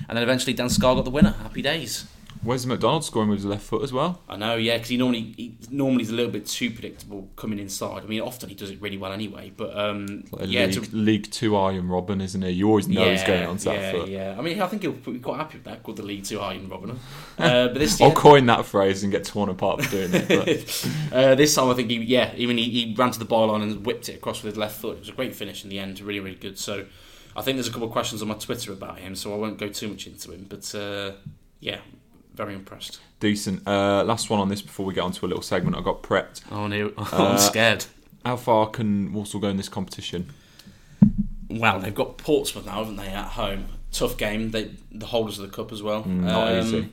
S2: and then eventually Dan Scar got the winner. Happy days.
S1: Where's McDonald scoring with his left foot as well?
S2: I know, yeah, because he normally he, normally he's a little bit too predictable coming inside. I mean, often he does it really well anyway, but um,
S1: Like a
S2: yeah,
S1: league,
S2: to
S1: league two Iron Robin, isn't he? You always know he's going on to that
S2: yeah,
S1: foot.
S2: Yeah, I mean, I think he'll be quite happy with that. Called the lead too high in Robin. Uh,
S1: [LAUGHS]
S2: but this,
S1: I'll coin that phrase and get torn apart for doing it.
S2: [LAUGHS]
S1: But
S2: uh, this time, I think he, yeah, even he, he ran to the byline and whipped it across with his left foot. It was a great finish in the end, really, really good. So, I think there's a couple of questions on my Twitter about him, so I won't go too much into him. But uh, yeah, very impressed.
S1: decent. Uh, last one on this before we get onto a little segment. I got prepped. [LAUGHS]
S2: Oh no,
S1: Uh,
S2: I'm scared.
S1: How far can Walsall go in this competition?
S2: Well, they've got Portsmouth now, haven't they? At home, tough game. They the holders of the cup as well.
S1: Mm,
S2: Um,
S1: not easy.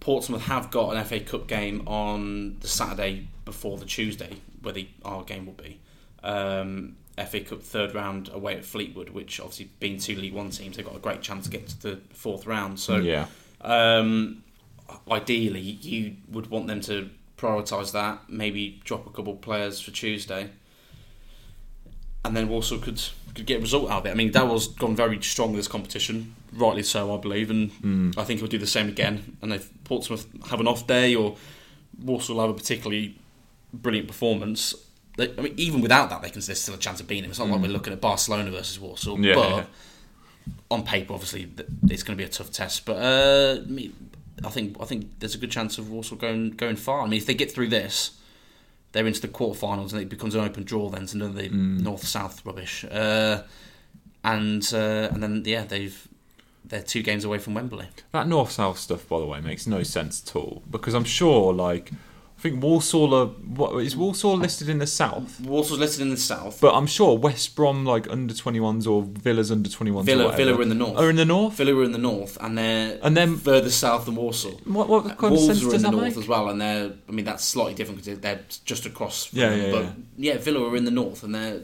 S2: Portsmouth have got an FA Cup game on the Saturday before the Tuesday, where the our game will be. Um, FA Cup third round away at Fleetwood, which obviously being two League One teams, they've got a great chance to get to the fourth round. So
S1: yeah,
S2: um, ideally, you would want them to prioritise that. Maybe drop a couple players for Tuesday, and then Walsall could could get a result out of it. I mean, Daryl's gone very strong this competition, rightly so, I believe, and
S1: Hmm.
S2: I think he'll do the same again. And if Portsmouth have an off day or Walsall have a particularly brilliant performance. They, I mean, even without that, they can there's still a chance of beating him. It's not like we're looking at Barcelona versus Walsall,
S1: Hmm. Yeah.
S2: but on paper, obviously, th- it's going to be a tough test. But uh, I mean, I think I think there's a good chance of Warsaw going going far. I mean, if they get through this, they're into the quarterfinals, and it becomes an open draw. Then to none of the
S1: Mm.
S2: north south rubbish, uh, and uh, and then yeah, they've they're two games away from Wembley.
S1: that north south stuff, by the way, makes no sense at all because I'm sure like I think Walsall are. What, is Walsall listed in the south?
S2: Walsall's listed in the south.
S1: But I'm sure West Brom, like under 21s or Villa's under 21s. or
S2: Villa,
S1: whatever,
S2: Villa were in the north.
S1: Are in the north?
S2: Villa were in the north, and they're
S1: And then-
S2: further south than Walsall.
S1: What, what kind of sense
S2: Uh, Wolves were in
S1: does
S2: the
S1: that
S2: north
S1: make?
S2: as well, and they're. I mean, that's slightly different because they're just across. From
S1: Yeah,
S2: them,
S1: yeah,
S2: but yeah. Villa were in the north, and they're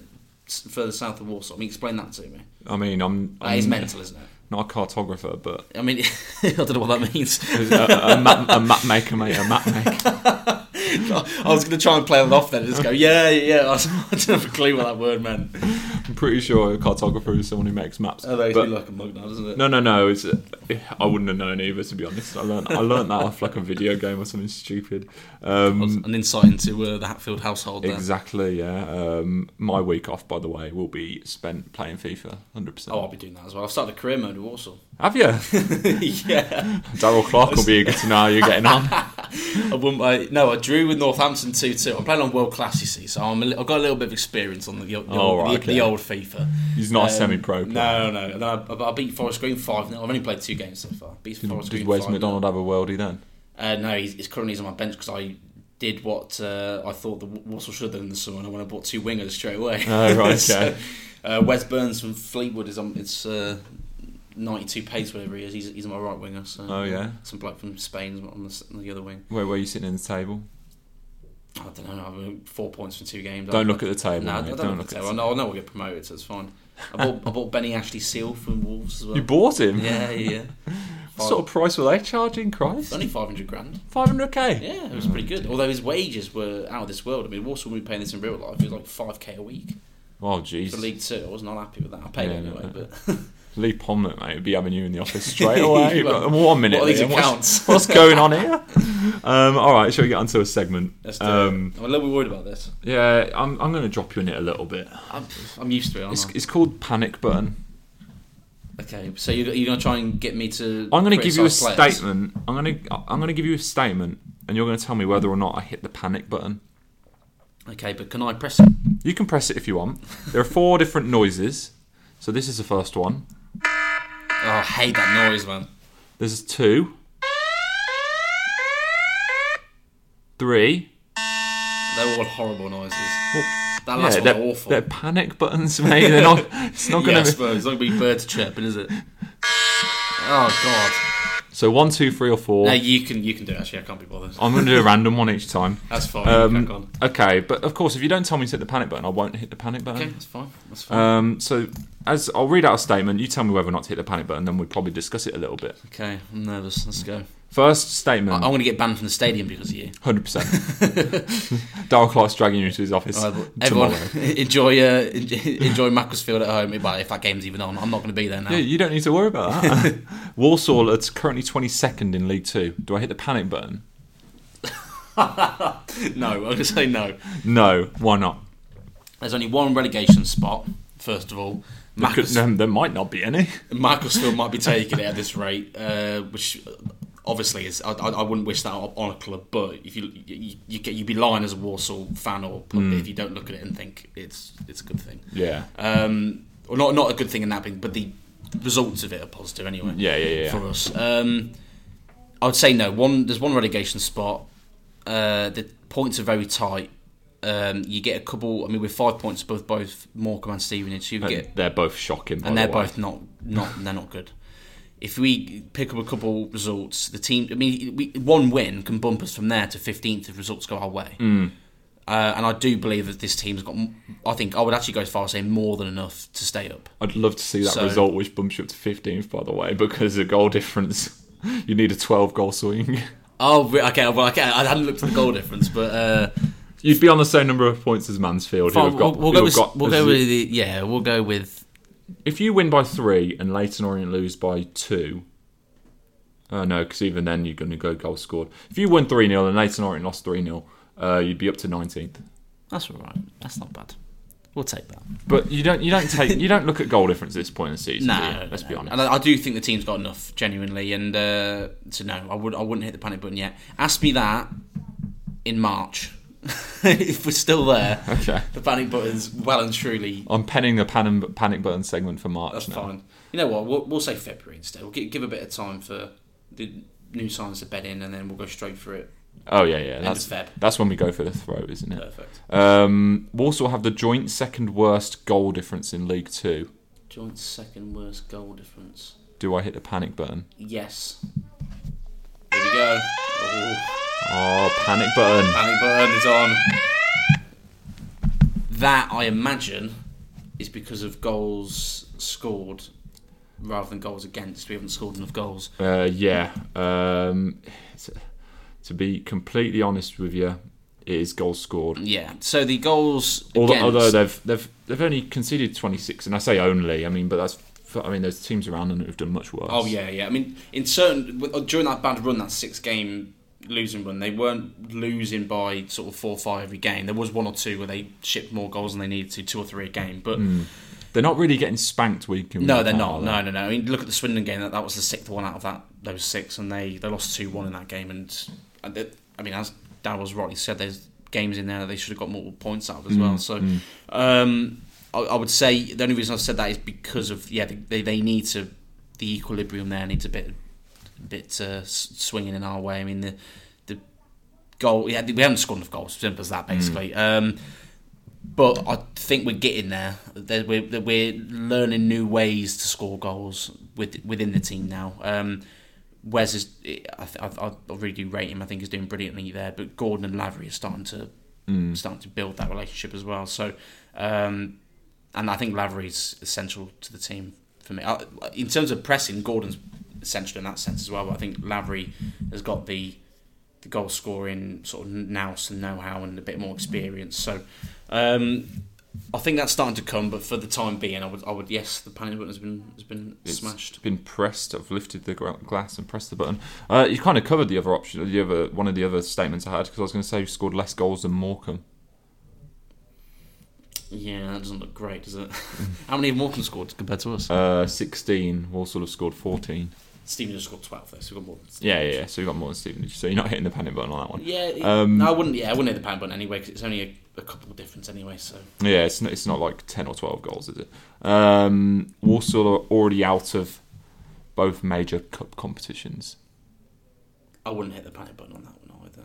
S2: s- further south of Walsall. I mean, explain that to me.
S1: I mean, I'm,
S2: That is
S1: I'm
S2: mental, isn't it?
S1: not a cartographer, but
S2: I mean, [LAUGHS] I don't know what that means.
S1: a, a, a, map, a map maker, mate, a map maker.
S2: [LAUGHS] I was going to try and play that off then and just go, yeah, yeah. yeah. I [LAUGHS] didn't have a clue what that word meant. [LAUGHS]
S1: I'm pretty sure a cartographer is someone who makes maps.
S2: Oh, that
S1: But-
S2: be like a mug now, doesn't it?
S1: no, no, no. It's I wouldn't have known either. To be honest, I learned I learned that off like a video game or something stupid. Um,
S2: An insight into uh, the Hatfield household. There.
S1: Exactly, yeah. Um, my week off, by the way, will be spent playing FIFA, 100%.
S2: Oh, I'll be doing that as well. I've started a career mode with Warsaw.
S1: Have you?
S2: [LAUGHS] yeah,
S1: Daryl Clark will be eager to know how you're getting
S2: [LAUGHS]
S1: on.
S2: I wouldn't. I, no, I drew with Northampton two two. I'm playing on world class, you see, so I'm a li- I've got a little bit of experience on the the, the,
S1: Oh, right,
S2: the,
S1: okay.
S2: the old FIFA.
S1: He's not
S2: Um,
S1: a semi-pro player.
S2: No, no. And then I, I- I beat Forest Green five 0 I've only played two games so far. Beat
S1: Did,
S2: Forest
S1: did
S2: Green.
S1: Wes
S2: 5-0.
S1: McDonald have a worldie then?
S2: Uh, no, he's, he's currently he's on my bench because I did what uh, I thought the Walsall should have done in the summer, and I went and bought two wingers straight away.
S1: Oh,
S2: [LAUGHS]
S1: right, okay.
S2: uh, Wes Burns from Fleetwood is on. It's uh, ninety-two pace, whatever he is. He's, he's my right winger. So
S1: Oh, yeah.
S2: some bloke from Spain's on the, s- on the other wing.
S1: Where were you sitting in the table?
S2: I don't know. I'm four points from two games.
S1: Don't
S2: I-
S1: look at the table.
S2: No, I
S1: mate.
S2: don't, look at the table. I know, I know we'll get promoted, so it's fine. I bought, I bought Benny Ashley Seal from Wolves as well.
S1: You bought him?
S2: yeah, yeah. yeah.
S1: [LAUGHS] What sort of price were they charging, Christ?
S2: Only five hundred grand.
S1: 500k?
S2: Yeah, it was pretty good. Although his wages were out of this world. I mean, Walsall would be paying this in real life. It was like five k a week
S1: Oh,
S2: for
S1: jeez.
S2: League Two. I was not happy with that. I paid
S1: Yeah,
S2: anyway,
S1: no, no.
S2: but [LAUGHS]
S1: Lee Pomlet, mate, would be having you in the office straight away.
S2: Well,
S1: One minute.
S2: what are these
S1: Liam, what's- [LAUGHS]
S2: accounts?
S1: What's going on
S2: [LAUGHS]
S1: here? Um, all right, shall we get onto a segment?
S2: Let's do
S1: Um,
S2: it. I'm a little bit worried about this.
S1: Yeah, I'm, I'm going to drop you in it a little bit.
S2: I'm, I'm used to it. Aren't
S1: It's, it's called Panic Button.
S2: I? Okay, so you're, you're going to try and get me to.
S1: I'm going to give you a
S2: criticise players.
S1: statement. I'm going to I'm going to give you a statement, and you're going to tell me whether or not I hit the panic button.
S2: Okay, but can I press it? Oh,
S1: You can press it if you want. There are four different noises. So this is the first one.
S2: Oh, I hate that noise, man.
S1: There's two, three.
S2: They're all horrible noises. That
S1: Yeah,
S2: last
S1: they're,
S2: one Oh, awful.
S1: they're panic buttons, [LAUGHS] mate. They're not. It's not
S2: yeah,
S1: going
S2: I
S1: to.
S2: suppose. It's not going to be birds chirping, is it? Oh God!
S1: be... So one, two, three, or four.
S2: No, you can you can do it. Actually, I can't be bothered.
S1: I'm going to do a random one each time.
S2: [LAUGHS] That's fine.
S1: Um,
S2: crack on.
S1: okay, but of course, if you don't tell me to hit the panic button, I won't hit the panic button.
S2: Okay, that's fine. That's fine.
S1: Um, so, as I'll read out a statement, you tell me whether or not to hit the panic button, then we'll probably discuss it a little bit.
S2: Okay, I'm nervous. Let's go.
S1: First
S2: I- I'm
S1: statement,
S2: going to get banned from the stadium because of you.
S1: 100%. [LAUGHS]
S2: [LAUGHS]
S1: Daryl Clark's dragging you to his office [LAUGHS]
S2: All right, but
S1: tomorrow.
S2: everyone, [LAUGHS] enjoy uh, en- [LAUGHS] enjoy Macclesfield at home. Well, if that game's even on, I'm not going to be there now.
S1: Yeah, you don't need to worry about that. Walsall are currently 22nd in League Two. Do I hit the panic button?
S2: [LAUGHS] no, I'm going to say no.
S1: No, why not?
S2: There's only one relegation spot. First of all,
S1: Could-
S2: Maccles-
S1: no, there might not be any.
S2: Macclesfield might be taking it at this rate, uh, which obviously is. I, I, I wouldn't wish that on a club, but if you you, you get, you'd be lying as a Warsaw fan or pundit if you don't look at it and think it's it's a good thing.
S1: Hmm. Yeah.
S2: Um, well, not not a good thing in that, big, but the results of it are positive anyway.
S1: Yeah, yeah, yeah.
S2: For us, um, I would say no. One there's one relegation spot. Uh, the points are very tight. Um, you get a couple. I mean, we're five points above both Morecambe and Stevenage. You get
S1: They're both shocking, by
S2: and they're
S1: the way.
S2: both not not they're not good. If we pick up a couple results, the team. I mean, we, one win can bump us from there to fifteenth if results go our way.
S1: Hmm.
S2: Uh, and I do believe that this team's got. m- I think I would actually go as far as saying more than enough to stay up.
S1: I'd love to see that
S2: So-
S1: result, which bumps you up to 15th, by the way, because the goal difference, [LAUGHS] you need a 12 goal swing.
S2: Oh, re- okay. Well, okay. I hadn't looked at the goal difference, but uh,
S1: You'd be on the same number of points as Mansfield. who
S2: fine,
S1: have got, who
S2: we'll, we'll go
S1: have
S2: with
S1: got-
S2: we'll go with the, yeah. We'll go with
S1: If you win by three and Leighton Orient lose by two, oh no, because even then you're going to go goal scored. If you win 3 0 and Leighton Orient lost 3 0, uh, you'd be up to 19th.
S2: that's all right. That's not bad. We'll take that.
S1: But you don't, you don't take, you don't look at goal difference at this point in the season. do you? let's be
S2: no.
S1: honest.
S2: And I, I do think the team's got enough, genuinely. And uh, so no, I would I wouldn't hit the panic button yet. Ask me that in March [LAUGHS] if we're
S1: [LAUGHS]
S2: still there.
S1: Okay.
S2: The panic button's well and truly.
S1: I'm penning the pan- panic button segment for March
S2: That's
S1: now.
S2: fine. You know what? We'll, we'll say February instead. We'll give, give a bit of time for the new signs to bed in, and then we'll go straight for it
S1: Oh yeah, yeah.
S2: End
S1: That's
S2: of Feb.
S1: that's when we go for the throw, isn't it?
S2: Perfect.
S1: Um, Walsall have the joint second worst goal difference in League Two.
S2: Joint second worst goal difference.
S1: Do I hit the panic button?
S2: Yes. There we go. Ooh,
S1: Oh, panic button.
S2: panic button is on. That I imagine is because of goals scored rather than goals against. We haven't scored enough goals.
S1: Uh, yeah. Um, to, to be completely honest with you, it is goals scored.
S2: Yeah. So the goals
S1: Although,
S2: against.
S1: although they've they've they've only conceded 26, and I say only. I mean, but that's I mean, there's teams around them who've done much worse.
S2: Oh yeah, yeah. I mean, in certain with- during that bad run, that six game losing run, they weren't losing by sort of four or five every game. There was one or two where they shipped more goals than they needed to, two or three a game. But
S1: Hmm. They're not really getting spanked week in. week
S2: no, they're
S1: out,
S2: not.
S1: are they?
S2: No, no, no. I mean, look at the Swindon game. That, that was the sixth one out of that those six, and they they lost two one in that game. And and it- I mean, as Dad was rightly said, there's games in there that they should have got multiple points out of as well. So. Um, I, I would say the only reason I said that is because of yeah they, they need to the equilibrium there needs a bit bit uh, s- swinging in our way. I mean the the goal yeah we haven't scored enough goals simple as that basically. Um, but I think we're getting there. That we're, that we're learning new ways to score goals with, within the team now. Um, Wes is, I, th- I, I really do rate him. I think he's doing brilliantly there. But Gordon and Lavery are starting to
S1: Mm.
S2: starting to build that relationship as well. So, um, and I think Lavery's essential to the team for me. I, in terms of pressing, Gordon's essential in that sense as well. But I think Lavery has got the the goal scoring sort of nous and know how and a bit more experience. So um, I think that's starting to come, but for the time being, I would I would yes, the panic button has been has been
S1: It's
S2: smashed.
S1: Been pressed. I've lifted the gra- glass and pressed the button. Uh, you kind of covered the other option, the other one of the other statements I had because I was going to say you scored less goals than Morecambe.
S2: Yeah, that doesn't look great, does it? [LAUGHS] how many have Morecambe scored compared to us?
S1: Uh, 16. Walsall have scored 14.
S2: Stephen just scored twelve though, so we've got more. Than Stephen.
S1: Yeah, yeah. yeah. So you got more than Stevenage. So you're not hitting the panic button on that one.
S2: Yeah, it-
S1: Um,
S2: no, I wouldn't. Yeah, I wouldn't hit the panic button anyway because it's only a, a couple of difference anyway. So
S1: Yeah, it's not, it's not like 10 or 12 goals, is it? Um, Walsall are already out of both major cup competitions.
S2: I wouldn't hit the panic button on that one either.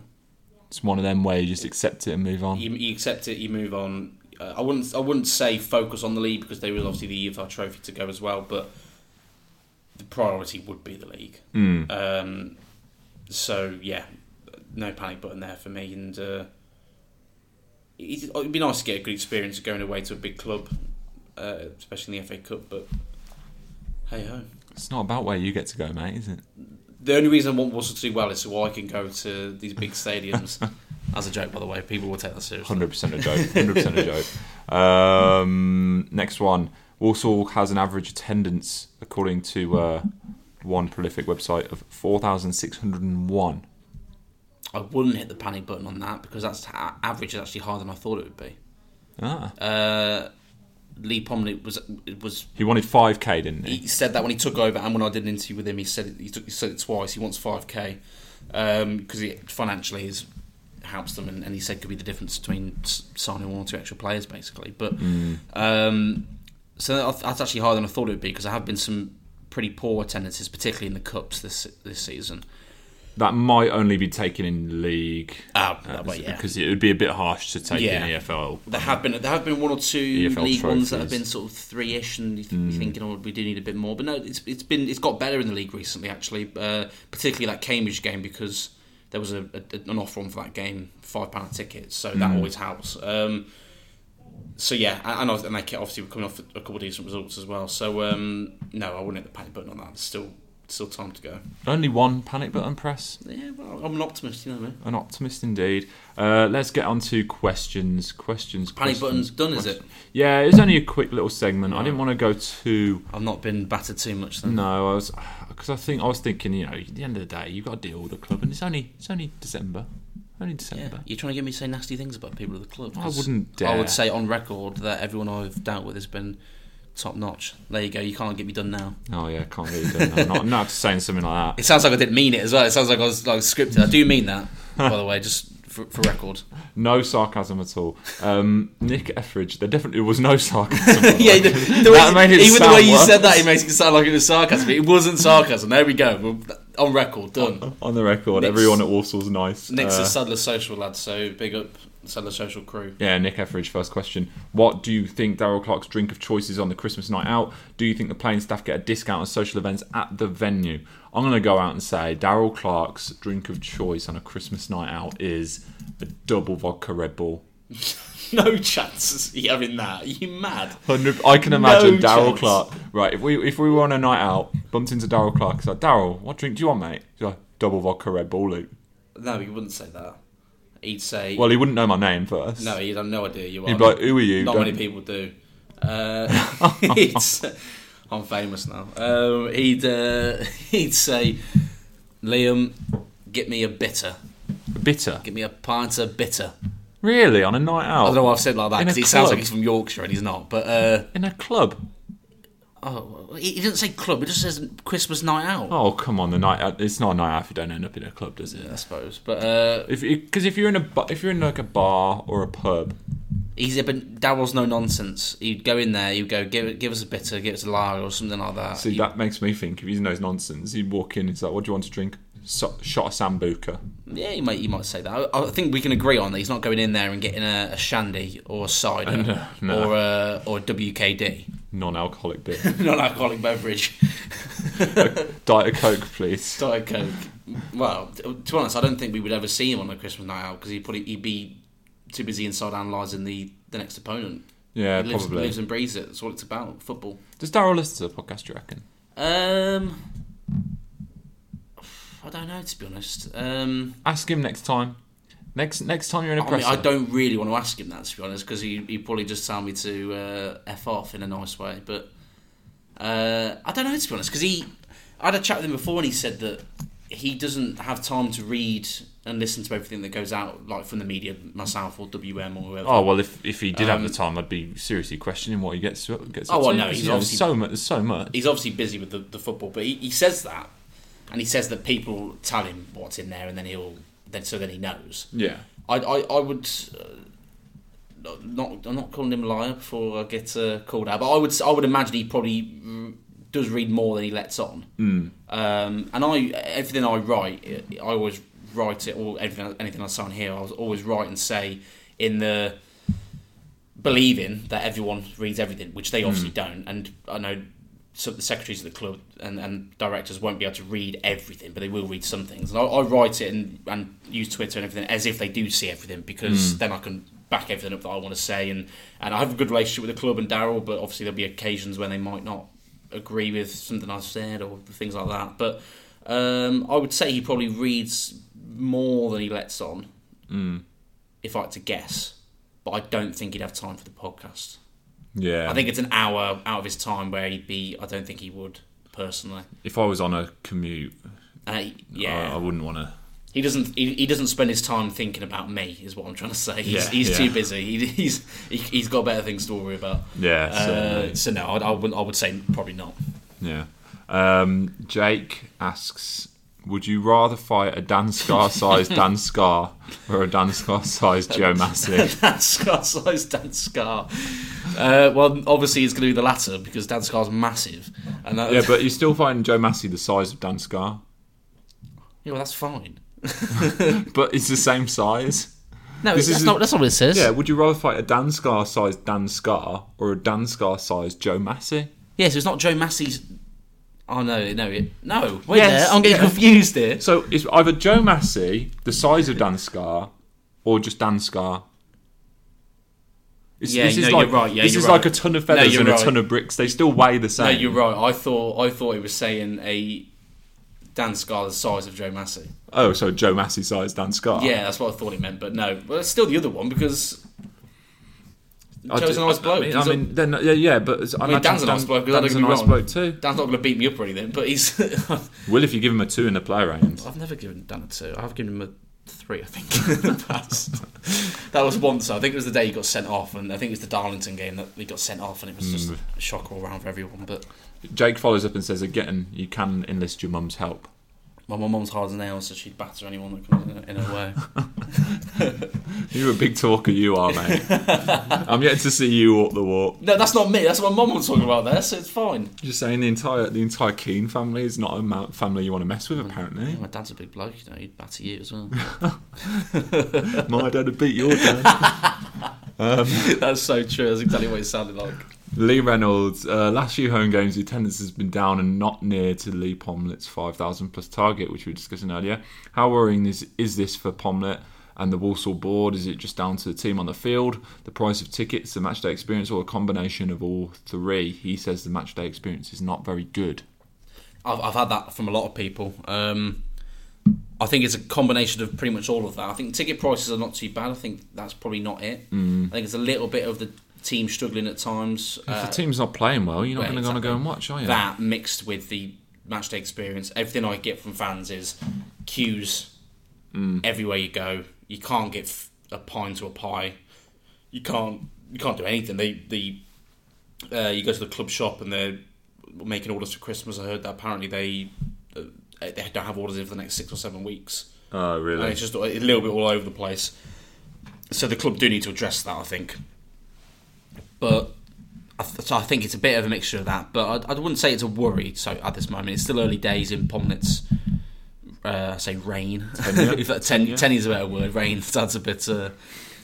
S1: It's one of them where you just accept it and move on.
S2: You, you accept it, you move on. Uh, I wouldn't. I wouldn't say focus on the league because there is obviously the EFL Trophy to go as well, but the priority would be the league.
S1: Mm.
S2: Um, so yeah, no panic button there for me, and uh, it, it'd be nice to get a good experience of going away to a big club, uh, especially in the FA Cup. But hey ho.
S1: It's not about where you get to go, mate, is it?
S2: The only reason I want Walsall to do well is so I can go to these big stadiums. As a joke, by the way, people will take that seriously.
S1: 100% a joke. 100% a joke. Um, next one. Walsall has an average attendance, according to uh, one prolific website, of 4,601.
S2: I wouldn't hit the panic button on that because that's a- average is actually higher than I thought it would be.
S1: Ah.
S2: Uh, Lee Pomley was was
S1: He wanted 5k, didn't he?
S2: he said that when he took over, and when I did an interview with him, he said it, he, took, he said it twice. He wants five k because it financially is helps them, and, and he said could be the difference between s- signing one or two extra players, basically. But um, so that- that's actually higher than I thought it would be because there have been some pretty poor attendances, particularly in the cups this this season.
S1: That might only be taken in league.
S2: Ah,
S1: Uh,
S2: that way, yeah.
S1: Because it would be a bit harsh to take
S2: Yeah.
S1: in E EFL.
S2: There have been there have been one or two
S1: EFL
S2: league ones that have
S1: trophies.
S2: been sort of three ish, and you th- you're thinking, oh, we do need a bit more. But no, it's it's been it's got better in the league recently, actually, uh, particularly that Cambridge game because there was a, a, an offer on for that game, five pound tickets, so that always helps. Um, so yeah, and, and obvi- and they ca- obviously were coming off a couple of decent results as well. So um, no, I wouldn't hit the panic button on that. There's still still time to go.
S1: Only one panic button press.
S2: Yeah, well, I'm an optimist, you know. Man.
S1: An optimist indeed. Uh, let's get on to questions. Questions.
S2: Panic
S1: questions,
S2: button's done, is it?
S1: questions. Yeah, it was only a quick little segment. I didn't want to go too.
S2: I've not been battered too much then.
S1: No, I was because I think I was thinking. You know, at the end of the day, you've got to deal with the club, and it's only it's only December, only
S2: Yeah,
S1: December.
S2: you're trying to get me to say nasty things about people at the club.
S1: I
S2: 'cause
S1: wouldn't
S2: I
S1: dare.
S2: would say on record that everyone I've dealt with has been top notch. There you go. You can't get me done now.
S1: Oh yeah, can't really do that. Not, not saying something like that.
S2: It sounds like I didn't mean it as well. It sounds like I was like scripted. I do mean [LAUGHS] that, by the way, just for, for record.
S1: No sarcasm at all. Um, Nick Etheridge, there definitely was no sarcasm.
S2: [LAUGHS] [LAUGHS] yeah, the, the
S1: That
S2: way-
S1: made it
S2: even the way
S1: sound
S2: you
S1: worse.
S2: said that, it makes it sound like it was sarcasm. It wasn't sarcasm. There we go. Well, on record, done.
S1: on the record,
S2: Nick's-
S1: everyone at Walsall's nice.
S2: Nick's
S1: Uh,
S2: a Sadler Social lad, so big up Sadler Social crew.
S1: Yeah, Nick Etheridge, first question. What do you think Daryl Clark's drink of choice is on the Christmas night out? Do you think the playing staff get a discount on social events at the venue? I'm going to go out and say Daryl Clark's drink of choice on a Christmas night out is a double vodka Red Bull.
S2: [LAUGHS] No chances of you having that. Are you mad?
S1: 100, I can imagine Daryl
S2: chance.
S1: Clark. Right, if we if we were on a night out, bumped into Daryl Clark, he's like, Daryl, what drink do you want, mate? He's like, double vodka Red Bull, Luke.
S2: No, he wouldn't say that. He'd say,
S1: Well, he wouldn't know my name first.
S2: no, he'd have no idea you are.
S1: He'd be like, who are you?
S2: Not
S1: Don't-
S2: many people do. Uh, [LAUGHS] it's- I'm famous now. Um, he'd uh, [LAUGHS] he'd say, Liam, get me a bitter.
S1: Bitter.
S2: Get me a pint of bitter.
S1: Really, on a night
S2: I don't
S1: out?
S2: know why I've said like
S1: In
S2: that
S1: a
S2: because he sounds
S1: club.
S2: like he's from Yorkshire and he's not. But uh,
S1: In a club.
S2: oh, well, he he doesn't say club. It just says Christmas night out.
S1: Oh come on, the night out, it's not a night out if you don't end up in a club, does it?
S2: I suppose. But uh,
S1: If because if you're in a bu- if you're in like a bar or a pub,
S2: he's a bit, Daryl's no nonsense. He'd go in there. He'd go give give us a bitter, give us a lager or something like that.
S1: see that makes me think if he's knows nonsense, he'd walk in. It's like, what do you want to drink? So, shot of sambuca.
S2: Yeah, you might you might say that. I, I think we can agree on that. He's not going in there and getting a, a shandy or a cider
S1: uh, no.
S2: or a or a [LAUGHS] WKD,
S1: Non-alcoholic beer,
S2: [LAUGHS] non-alcoholic beverage,
S1: diet of coke, please.
S2: diet coke. Well, t- to be honest, I don't think we would ever see him on a Christmas night out because he'd probably he'd be too busy inside analysing the the next opponent.
S1: Yeah,
S2: He lives,
S1: probably.
S2: lives and breathes it. That's what it's about. Football.
S1: Does Daryl listen to the podcast? Do you reckon?
S2: Um, I don't know to be honest. Um.
S1: Ask him next time. Next next time you're in a
S2: I, mean,
S1: press.
S2: I don't really want to ask him that to be honest, because he he probably just tell me to uh, f off in a nice way. But uh, I don't know to be honest, because he I had a chat with him before and he said that he doesn't have time to read and listen to everything that goes out like from the media, myself or WM or whoever.
S1: Oh well, if if he did have the time, I'd be seriously questioning what he gets to, gets.
S2: Um, Oh,
S1: up
S2: well,
S1: to,
S2: no,
S1: because
S2: he's
S1: there's
S2: obviously-
S1: so much. There's so much.
S2: He's obviously busy with the, the football, but he, he says that, and he says that people tell him what's in there, and then he'll then so then he knows.
S1: Yeah.
S2: I, I, I would uh, not- not. I'm not calling him a liar before I get uh, called out, but I would. s- I would imagine he probably r- does read more than he lets on. Mm. Um, and I, everything I write, I always write it, or everything, anything I say on here, I was always write and say in the believing that everyone reads everything, which they obviously don't. And I know some of the secretaries of the club and, and directors won't be able to read everything, but they will read some things. And I, I write it and, and use Twitter and everything as if they do see everything because then I can back everything up that I want to say. And, and I have a good relationship with the club and Daryl, but obviously there'll be occasions when they might not agree with something I've said or things like that. But um, I would say he probably reads more than he lets on if I had to guess, but I don't think he'd have time for the podcast.
S1: Yeah.
S2: I think it's an hour out of his time where he'd be. I don't think he would personally.
S1: if I was on a commute,
S2: And I, yeah,
S1: I, I wouldn't want to.
S2: he doesn't. He, he doesn't spend his time thinking about me. Is what I'm trying to say. He's,
S1: Yeah,
S2: he's
S1: yeah.
S2: too busy. He, he's he, he's got better things to worry about.
S1: Yeah.
S2: Uh, so no, I, I wouldn't. I would say
S1: [LAUGHS]
S2: probably not.
S1: Yeah. Um, Jake asks, would you rather fight a Dan Scar
S2: [LAUGHS]
S1: sized Dan Scar or a Dan Scar sized Joe Massey?
S2: [LAUGHS] Dan Scar size Dan Scar. Uh, well, obviously it's going to be the latter because Dan Scar's massive, and that,
S1: Yeah, but you're still fighting Joe Massey the size of Dan Scar,
S2: yeah, well, that's fine.
S1: but it's the same size.
S2: No,
S1: This
S2: that's
S1: is-
S2: not. That's not what it says.
S1: Yeah, would you rather fight a Dan Scar sized Dan Scar or a Dan Scar sized Joe Massey?
S2: Yes, it's not Joe Massey's. Oh no, no, it, no! Wait
S1: Yes,
S2: there, I'm getting
S1: yeah.
S2: confused here.
S1: So it's either Joe Massey the size of Dan Scar or just Dan Scar. It's-
S2: Yeah,
S1: this
S2: no,
S1: is
S2: you're
S1: like,
S2: right, yeah,
S1: this
S2: you're
S1: is
S2: right.
S1: like a ton of feathers
S2: you're
S1: and
S2: right.
S1: a ton of bricks. They still weigh the
S2: No,
S1: same.
S2: you're right. I thought I thought he was saying a Dan Scar the size of Joe Massey.
S1: Oh, so Joe Massey sized Dan Scar.
S2: Yeah, that's what I thought he meant. But no, well, it's still the other one because
S1: I
S2: Joe's
S1: do-
S2: a nice
S1: I
S2: bloke.
S1: mean,
S2: He's
S1: I
S2: a-
S1: mean, then yeah, yeah, but I
S2: mean,
S1: imagine
S2: Dan's a nice
S1: Dan-
S2: bloke, don't
S1: Dan's
S2: get
S1: a
S2: me
S1: nice
S2: wrong.
S1: bloke too.
S2: Dan's not going to beat me up or anything. But he's [LAUGHS] I've
S1: Will, if you give him a two in the play round,
S2: never given Dan a two. I've given him a three. I think [LAUGHS] in the past. That was once. I think it was the day he got sent off, and I think it was the Darlington game that he got sent off, and it was just a shock all round for everyone. But
S1: Jake follows up and says, "Again, you can enlist your mum's help."
S2: Well, my mum's hard as nails, so she'd batter anyone that comes in her, in her way.
S1: You're a big talker, you are, [LAUGHS] mate. I'm yet to see you walk the walk.
S2: No, that's not me. That's what my mum was talking about there, so it's fine.
S1: Just saying, the entire the entire Keane family is not a ma- family you want to mess with. Apparently,
S2: Yeah, my dad's a big bloke, you know, he'd batter you as well.
S1: [LAUGHS] my dad would beat your dad.
S2: [LAUGHS] that's so true. That's exactly what it sounded like.
S1: Lee Reynolds. Uh, last few home games, the attendance has been down and not near to Lee Pomlet's 5,000 plus target, which we were discussing earlier. How worrying is is this for Pomlet? And the Walsall board, is it just down to the team on the field, the price of tickets, the matchday experience, or a combination of all three? He says the matchday experience is not very good.
S2: I've, I've had that from a lot of people. Um, I think it's a combination of pretty much all of that. I think ticket prices are not too bad. I think that's probably not it. I think it's a little bit of the team struggling at times.
S1: If
S2: Uh,
S1: the team's not playing well, you're not
S2: yeah,
S1: going to
S2: exactly.
S1: go and watch, are you?
S2: That mixed with the matchday experience, everything I get from fans is queues
S1: Mm.
S2: everywhere you go. You can't get f- a pint to a pie. You can't. You can't do anything. They the uh, you go to the club shop and they're making orders for Christmas. I heard that apparently they uh, they don't have orders in for the next six or seven weeks.
S1: Oh, really?
S2: And it's just a little bit all over the place. So the club do need to address that, I think. But I, th- so I think it's a bit of a mixture of that. But I, I wouldn't say it's a worry. So at this moment, it's still early days in Pomnitz. Uh, I say rain.
S1: Tenure.
S2: [LAUGHS] If that- ten, ten is a better word. Rain sounds a bit. Uh,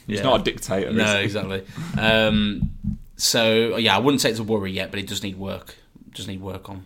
S1: He's
S2: yeah.
S1: not a dictator. is
S2: No,
S1: he?
S2: exactly. Um, so yeah, I wouldn't say it's a worry yet, but it does need work. Does need work on.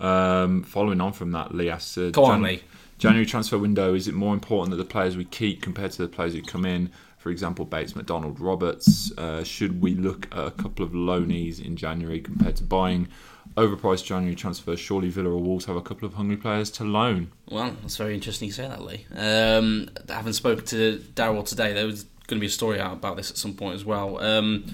S1: Um, following on from that, Lee asks, uh,
S2: Go on, Lee.
S1: January transfer window, is it more important that the players we keep compared to the players who come in? For example, Bates, McDonald, Roberts. Uh, should we look at a couple of loanees in January compared to buying overpriced January transfer? Surely Villa or Wolves have a couple of hungry players to loan.
S2: Well, that's very interesting you say that, Lee. Um, having spoken to Daryl today, there was going to be a story out about this at some point as well. Um,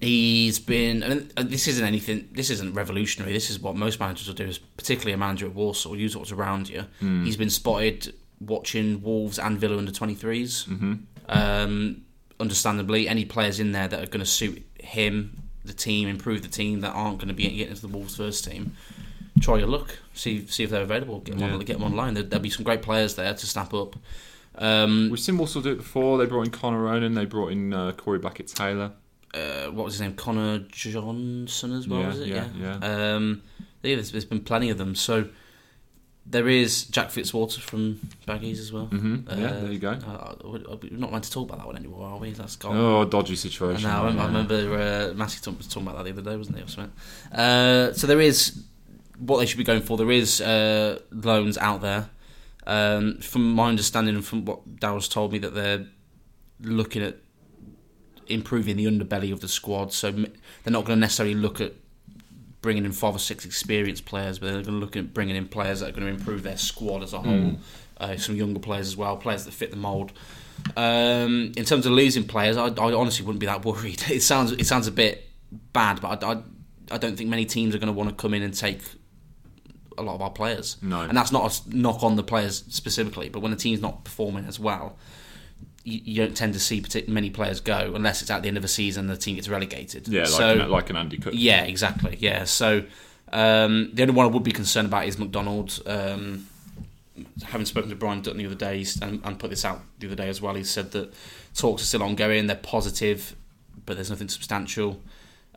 S2: he's been, and uh, this isn't anything, this isn't revolutionary. This is what most managers will do, is particularly a manager at Warsaw, use what's around you. He's been spotted watching Wolves and Villa under 23s. Mm-hmm. Um, understandably, any players in there that are going to suit him, the team, improve the team, that aren't going to be getting into the Wolves first team, try your luck, see see if they're available, get them, on, get them online. There, there'll be some great players there to snap up. Um,
S1: We've seen Walsall do it before. They brought in Connor Ronan, they brought in uh, Corey Blackett Taylor.
S2: uh, what was his name? Connor Johnson as well,
S1: Yeah,
S2: was it?
S1: yeah,
S2: Um, yeah, there's, there's been plenty of them. So there is Jack Fitzwater from Baggies as well.
S1: Mhm, yeah, there you go.
S2: Uh, uh, we're not meant to talk about that one anymore, are we? That's gone.
S1: Oh, dodgy situation.
S2: No, I remember, I remember uh, Massey talk- was talking about that the other day, wasn't he? Or something. Uh, so there is what they should be going for. There is uh, loans out there. Um, from my understanding and from what Daryl's told me, that they're looking at improving the underbelly of the squad. So m- they're not going to necessarily look at bringing in five or six experienced players, but they're going to look at bringing in players that are going to improve their squad as a whole. Uh, some younger players as well, players that fit the mould. Um, in terms of losing players, I, I honestly wouldn't be that worried. [LAUGHS] It sounds it sounds a bit bad, but I, I, I don't think many teams are going to want to come in and take a lot of our players.
S1: No.
S2: and that's not a s- knock on the players specifically, but when a team's not performing as well, you, you don't tend to see partic- many players go unless it's at the end of a season and the team gets relegated.
S1: Yeah, like,
S2: so,
S1: an, like an Andy Cook.
S2: yeah, exactly. Yeah, so um, the only one I would be concerned about is McDonald. Um, having spoken to Brian Dutton the other day he's- and, and put this out the other day as well, he said that talks are still ongoing. They're positive, but there's nothing substantial.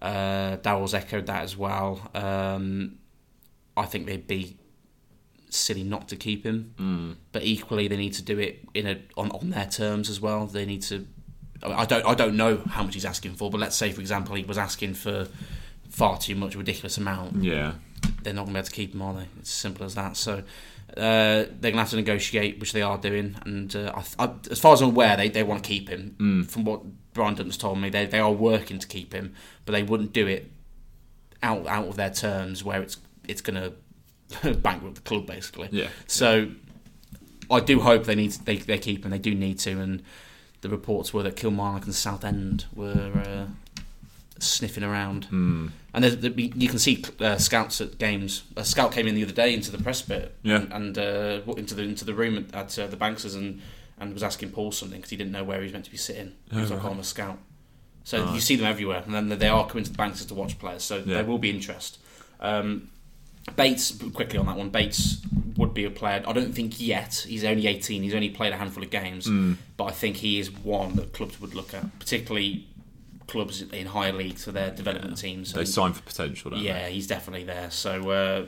S2: Uh, Daryl's echoed that as well. Um, I think they'd be silly not to keep him, but equally they need to do it in a on, on their terms as well. They need to. I mean, I don't I don't know how much he's asking for, but let's say for example he was asking for far too much, ridiculous amount
S1: Yeah.
S2: they're not going to be able to keep him, are they? It's as simple as that. So uh, they're going to have to negotiate, which they are doing. And uh, I, I, as far as I'm aware, they, they want to keep him. From what Brian Dunton's told me, they, they are working to keep him, but they wouldn't do it out out of their terms where it's it's going to [LAUGHS] bankrupt the club basically.
S1: Yeah.
S2: So I do hope they need they they keep him. They do need to. And the reports were that Kilmarnock and Southend were. Uh, sniffing around.
S1: Hmm.
S2: And there's, there, you can see uh, scouts at games. A scout came in the other day into the press bit,
S1: Yeah.
S2: and, and uh, w- into the into the room at, at uh, the Banks's and and was asking Paul something because he didn't know where he was meant to be sitting. He was like, "Oh, I'm a scout. So you see them everywhere, and then they are coming to the Banks's to watch players. So
S1: Yeah.
S2: there will be interest. Um, Bates quickly on that one. Bates would be a player. I don't think yet. He's only 18. He's only played a handful of games, but I think he is one that clubs would look at, particularly clubs in higher leagues for their development teams.
S1: They
S2: And-
S1: sign for potential, don't
S2: yeah, he's definitely there. So uh,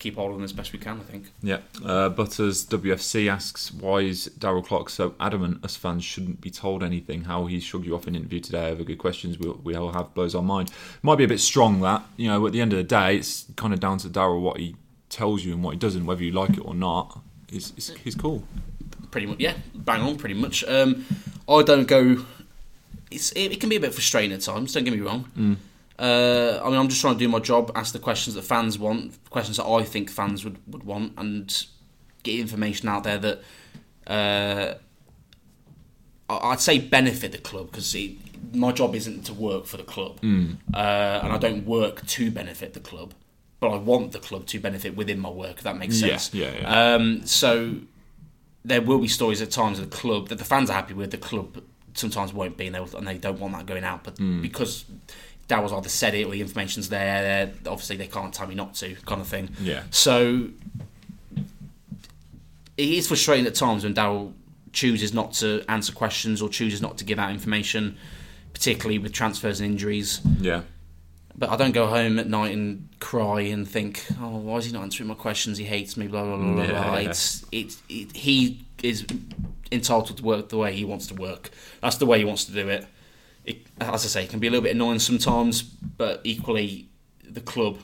S2: keep hold of him as best we can. I think.
S1: they? Yeah. Uh, Butters WFC asks, why is Daryl Clark so adamant us fans shouldn't be told anything? How he shrugged you off in an interview today over good questions we'll, we all have blows our mind. Might be a bit strong that, you know, at the end of the day, it's kind of down to Daryl what he tells you and what he doesn't, whether you like it or not. It's, it's, he's cool.
S2: pretty much yeah bang on pretty much um, i don't go it's it, it can be a bit frustrating at times don't get me wrong
S1: Mm.
S2: uh, i mean i'm just trying to do my job ask the questions that fans want questions that i think fans would, would want and get information out there that uh, I- i'd say benefit the club because my job isn't to work for the club
S1: Mm.
S2: uh, and i don't work to benefit the club but i want the club to benefit within my work if that makes
S1: Yeah,
S2: sense
S1: yeah, yeah.
S2: um, so there will be stories at times of the club that the fans are happy with. The club sometimes won't be, and they, and they don't want that going out. But because Daryl's either said it or the information's there, they're- obviously they can't tell me not to, kind of thing.
S1: Yeah.
S2: So it is frustrating at times when Daryl chooses not to answer questions or chooses not to give out information, particularly with transfers and injuries.
S1: Yeah.
S2: But I don't go home at night and cry and think, oh, why is he not answering my questions? He hates me, blah, blah, blah, blah,
S1: Yeah.
S2: blah. It's, it, it, he is entitled to work the way he wants to work. That's the way he wants to do it. it. As I say, it can be a little bit annoying sometimes, but equally, the club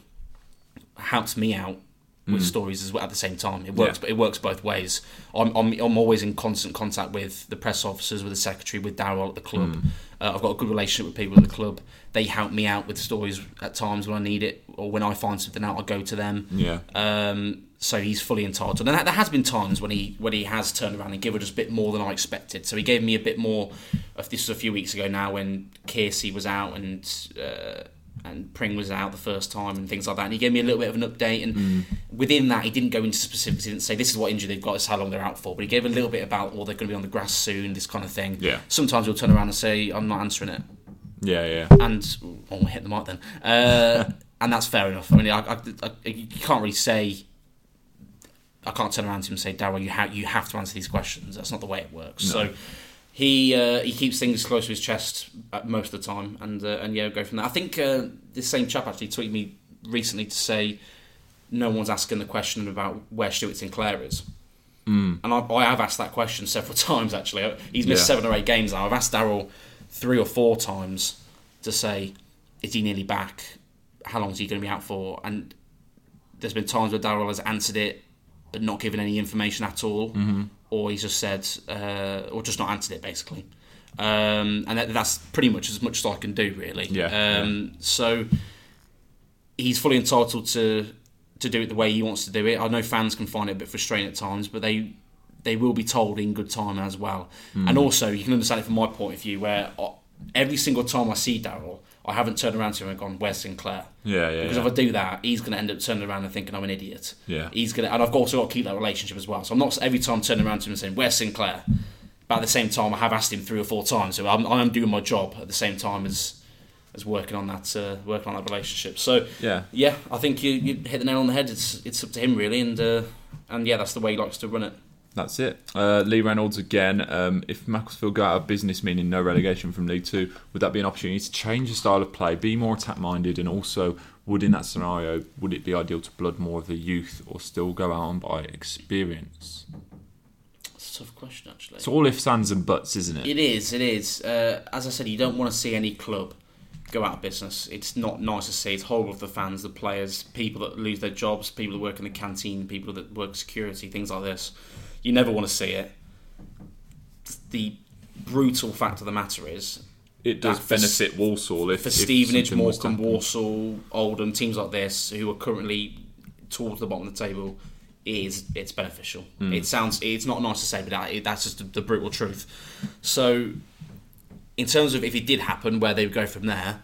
S2: helps me out with stories as well at the same time. It works,
S1: Yeah.
S2: but it works both ways. I'm, I'm I'm always in constant contact with the press officers, with the secretary, with Darrell at the club. Uh, I've got a good relationship with people at the club. They help me out with stories at times when I need it or when I find something out. I go to them.
S1: Yeah.
S2: Um, so he's fully entitled, and there has been times when he when he has turned around and given us a bit more than I expected. So he gave me a bit more. Of, this was a few weeks ago now when Casey was out and uh, and Pring was out the first time and things like that, and he gave me a little bit of an update. And within that, he didn't go into specifics. He didn't say this is what injury they've got, this is how long they're out for. But he gave a little bit about well they're going to be on the grass soon, this kind of thing.
S1: Yeah.
S2: Sometimes he'll turn around and say I'm not answering it
S1: Yeah, yeah.
S2: and oh, I hit the mic then. Uh, and that's fair enough. I mean, I, I, I, you can't really say. I can't turn around to him and say, Darrell, you have you have to answer these questions. That's not the way it works. So he uh, he keeps things close to his chest uh, most of the time, and uh, and yeah, go from there. I think uh, this same chap actually tweeted me recently to say no one's asking the question about where Stuart Sinclair is. And I, I have asked that question several [LAUGHS] times actually. He's missed
S1: Yeah.
S2: seven or eight games now. I've asked Daryl three or four times to say, is he nearly back? How long is he going to be out for? And there's been times where Daryl has answered it but not given any information at all,
S1: Mm-hmm.
S2: or he's just said, uh, or just not answered it basically. Um, and that, that's pretty much as much as I can do really.
S1: Yeah,
S2: Um, So he's fully entitled to to do it the way he wants to do it. I know fans can find it a bit frustrating at times, but they they will be told in good time as well.
S1: Mm.
S2: And also, you can understand it from my point of view, where I, every single time I see Daryl, I haven't turned around to him and gone, "Where's Sinclair?"
S1: Yeah, yeah.
S2: Because
S1: yeah.
S2: if I do that, he's going to end up turning around and thinking I'm an idiot.
S1: Yeah.
S2: He's going to, and I've also got to keep that relationship as well. So I'm not every time turning around to him and saying, "Where's Sinclair?" But at the same time, I have asked him three or four times, so I'm, I'm doing my job at the same time as as working on that uh, working on that relationship. So
S1: Yeah.
S2: yeah, I think you, you hit the nail on the head. It's it's up to him really, and uh, and yeah, that's the way he likes to run it.
S1: That's it. Uh, Lee Reynolds again. Um, if Macclesfield go out of business, meaning no relegation from League Two, would that be an opportunity to change the style of play, be more attack minded, and also would in that scenario would it be ideal to blood more of the youth or still go out and buy experience?
S2: It's a tough question actually.
S1: It's all ifs, ands, and buts, isn't it?
S2: It is, it is. Uh, as I said, you don't want to see any club go out of business. It's not nice to see. It's horrible for the fans, the players, people that lose their jobs, people that work in the canteen, people that work security, things like this. You never want to see it. The brutal fact of the matter is,
S1: It does
S2: That for s-
S1: benefit Walsall if
S2: for
S1: if
S2: Stevenage,
S1: something was to
S2: Morecambe,
S1: happen.
S2: Walsall, Oldham, teams like this who are currently towards the bottom of the table, it is it's beneficial.
S1: Hmm.
S2: It sounds it's not nice to say, but that, it, that's just the, the brutal truth. So, in terms of if it did happen, where they would go from there,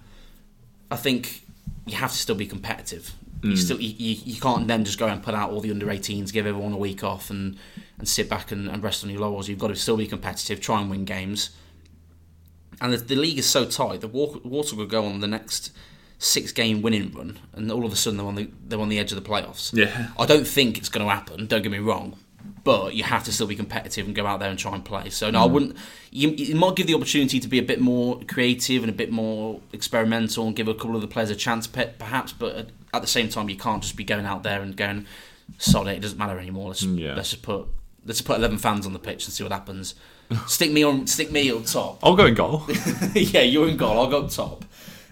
S2: I think you have to still be competitive.
S1: Hmm.
S2: You still you, you, you can't then just go and put out all the under 18s, give everyone a week off, and and sit back and, and rest on your laurels. You've got to still be competitive, try and win games and the, the league is so tight that Wa- Water could go on the next six game winning run, and all of a sudden they're on the they're on the edge of the playoffs.
S1: Yeah.
S2: I don't think it's going to happen. Don't get me wrong, but you have to still be competitive and go out there and try and play. So
S1: Mm.
S2: no, I wouldn't. You, you might give the opportunity to be a bit more creative and a bit more experimental, and give a couple of the players a chance, pe- perhaps. But at the same time, you can't just be going out there and going, "Sod it, it doesn't matter anymore." Let's,
S1: Mm, Yeah.
S2: let's just put let's put eleven fans on the pitch and see
S1: [LAUGHS]
S2: what happens. stick me on, stick me on top.
S1: I'll go in goal. [LAUGHS]
S2: [LAUGHS] yeah, you're in goal. I'll go up top,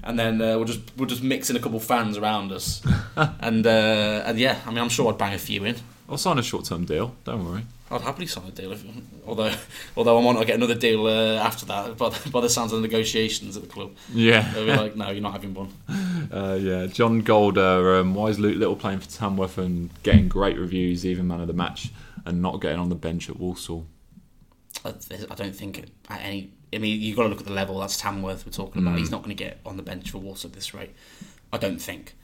S2: and then uh, we'll just we'll just mix in a couple fans around us, and uh, and yeah, I mean, I'm sure I'd bang a few in.
S1: I'll sign a short term deal. Don't worry.
S2: I'd happily sign a deal, if, although although I might not get another deal uh, after that. By the, by the sounds of the negotiations at the club,
S1: Yeah. [LAUGHS]
S2: they'll be like, "No, you're not having one."
S1: Uh, yeah. John Golder. Um, why is Luke Little playing for Tamworth and getting great reviews, even man of the match, and not getting on the bench at Walsall?
S2: I, uh, I don't think at any. I mean, you've got to look at the level. That's Tamworth we're talking about. He's not going to get on the bench for Walsall at this rate. I don't think.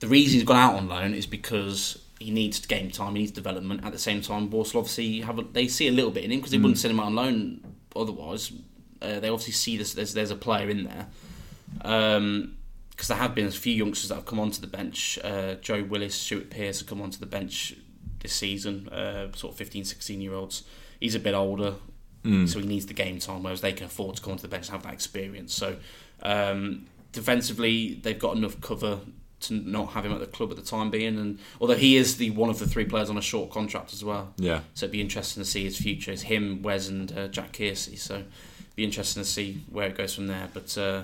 S2: The reason he's gone out on loan is because he needs game time. He needs development. At the same time, Walsall obviously have a, they see a little bit in him because they wouldn't send him out on loan otherwise. Uh, they obviously see this. There's there's a player in there. Um, because there have been a few youngsters that have come onto the bench. Uh, Joe Willis, Stuart Pearce have come onto the bench this season, uh, sort of 15, 16 year olds. He's a bit older, so he needs the game time, whereas they can afford to come onto the bench and have that experience. So um, defensively, they've got enough cover to not have him at the club at the time being. And although he is the one of the three players on a short contract as well,
S1: Yeah.
S2: so it'd be interesting to see his future. It's him, Wes, and uh, Jack Kearsey. So it'd be interesting to see where it goes from there. But uh,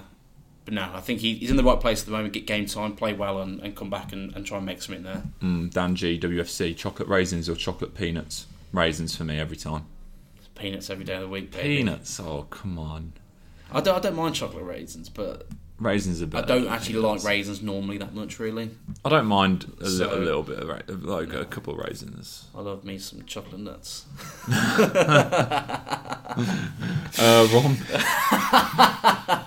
S2: but no, I think he, he's in the right place at the moment. Get game time, play well, and, and come back and, and try and make something there.
S1: Mm, Dan G. WFC. Chocolate raisins or chocolate peanuts? Raisins for me every time.
S2: It's peanuts every day of the week. baby.
S1: Peanuts. Oh come on.
S2: I don't, I don't mind chocolate raisins, but
S1: Raisins are
S2: I
S1: better.
S2: don't
S1: than
S2: actually
S1: peanuts.
S2: like raisins normally that much, really.
S1: I don't mind a,
S2: So-
S1: little, a little bit of ra- of like a couple of
S2: [LAUGHS]
S1: raisins.
S2: I love me some chocolate nuts.
S1: Uh, Ron.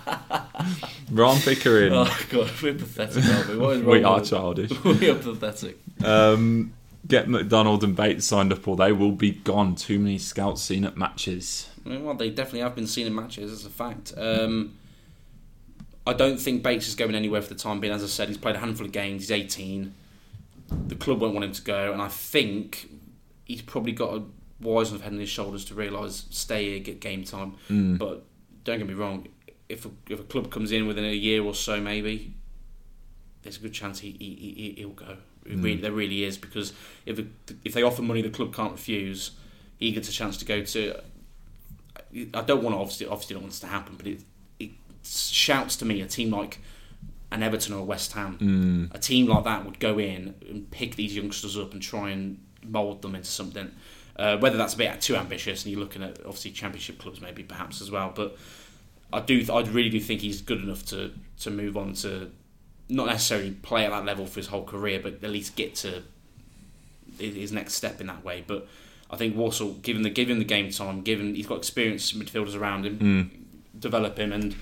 S1: Ron Pickering.
S2: [LAUGHS] Oh, God, we're pathetic, aren't [LAUGHS] we? What is wrong
S1: we are
S2: with-
S1: childish.
S2: [LAUGHS] We are pathetic.
S1: Um, get McDonald and Bates signed up, or they will be gone. Too many scouts seen at matches.
S2: Well, they definitely have been seen in matches. It's a fact. Um, I don't think Bates is going anywhere for the time being. As I said, he's played a handful of games. He's 18. The club won't want him to go, and I think he's probably got a wise enough head on his shoulders to realise stay here, get game time. But don't get me wrong, if a, if a club comes in within a year or so, maybe there's a good chance he, he, he he'll go. It really, there really is because if a, if they offer money, the club can't refuse. He gets a chance to go to I don't want to obviously obviously don't want this to happen, but it it shouts to me a team like an Everton or a West Ham, a team like that would go in and pick these youngsters up and try and mould them into something. Uh, whether that's a bit too ambitious, and you're looking at obviously Championship clubs maybe perhaps as well, but I do I really do think he's good enough to to move on to not necessarily play at that level for his whole career, but at least get to his his next step in that way. But I think Walsall, given the given the game time, given he's got experienced midfielders around him, develop him and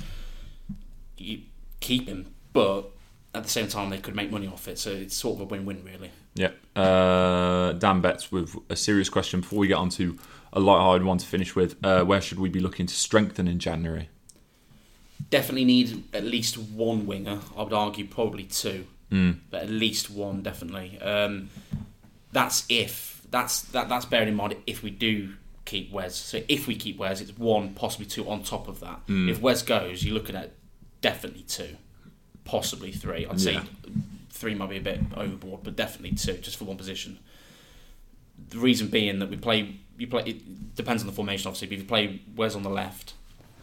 S2: you keep him. But at the same time, they could make money off it, so it's sort of a win-win, really.
S1: Yep. Uh, Dan Betts with a serious question before we get on to a light-hearted one to finish with. Uh, where should we be looking to strengthen in January?
S2: Definitely need at least one winger. I would argue probably two, but at least one definitely. Um, that's if that's that that's bearing in mind if we do keep Wes. So if we keep Wes, it's one possibly two on top of that. If Wes goes, you're looking at definitely two, possibly three. I'd say
S1: Yeah.
S2: three might be a bit overboard, but definitely two just for one position. The reason being that we play you play it depends on the formation obviously. But if you play Wes on the left,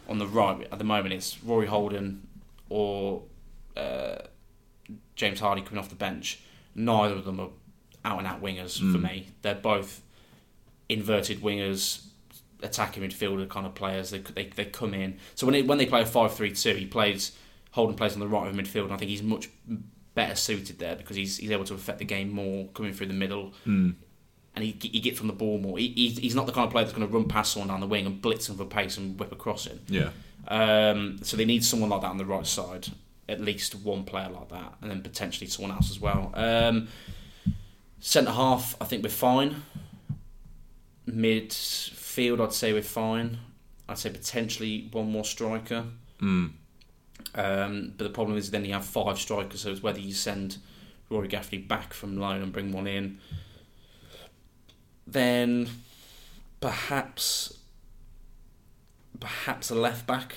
S2: on the right at the moment it's Rory Holden or uh, James Hardy coming off the bench. Neither of them are out and out wingers for me. They're both inverted wingers, attacking midfielder kind of players. They they, they come in. So when it, when they play a five three two, he plays Holden plays on the right of midfield. And I think he's much better suited there because he's he's able to affect the game more coming through the middle. And he, he gets from the ball more. He, he's, he's not the kind of player that's going to run past someone down the wing and blitz them for pace and whip across it.
S1: Yeah.
S2: Um, so they need someone like that on the right side, at least one player like that, and then potentially someone else as well. Um, Centre half, I think we're fine. Midfield, I'd say we're fine. I'd say potentially one more striker. Um, but the problem is then you have five strikers, so it's whether you send Rory Gaffney back from loan and bring one in. Then perhaps perhaps a left back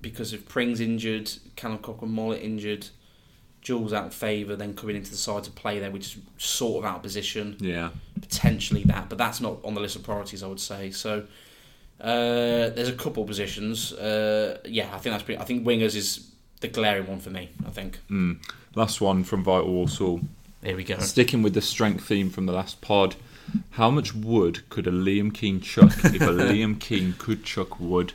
S2: because if Pring's injured, Callum Cochrane Mollet injured, Jules out of favour, then coming into the side to play there, which is sort of out of position
S1: Yeah.
S2: potentially that, but that's not on the list of priorities, I would say. So uh, there's a couple positions. Uh, yeah, I think that's pretty. I think wingers is the glaring one for me. I think.
S1: Last one from Vital Warsaw.
S2: There Mm, we go.
S1: Sticking with the strength theme from the last pod, how much wood could a Liam Keane chuck if a [LAUGHS] Liam Keane could chuck wood?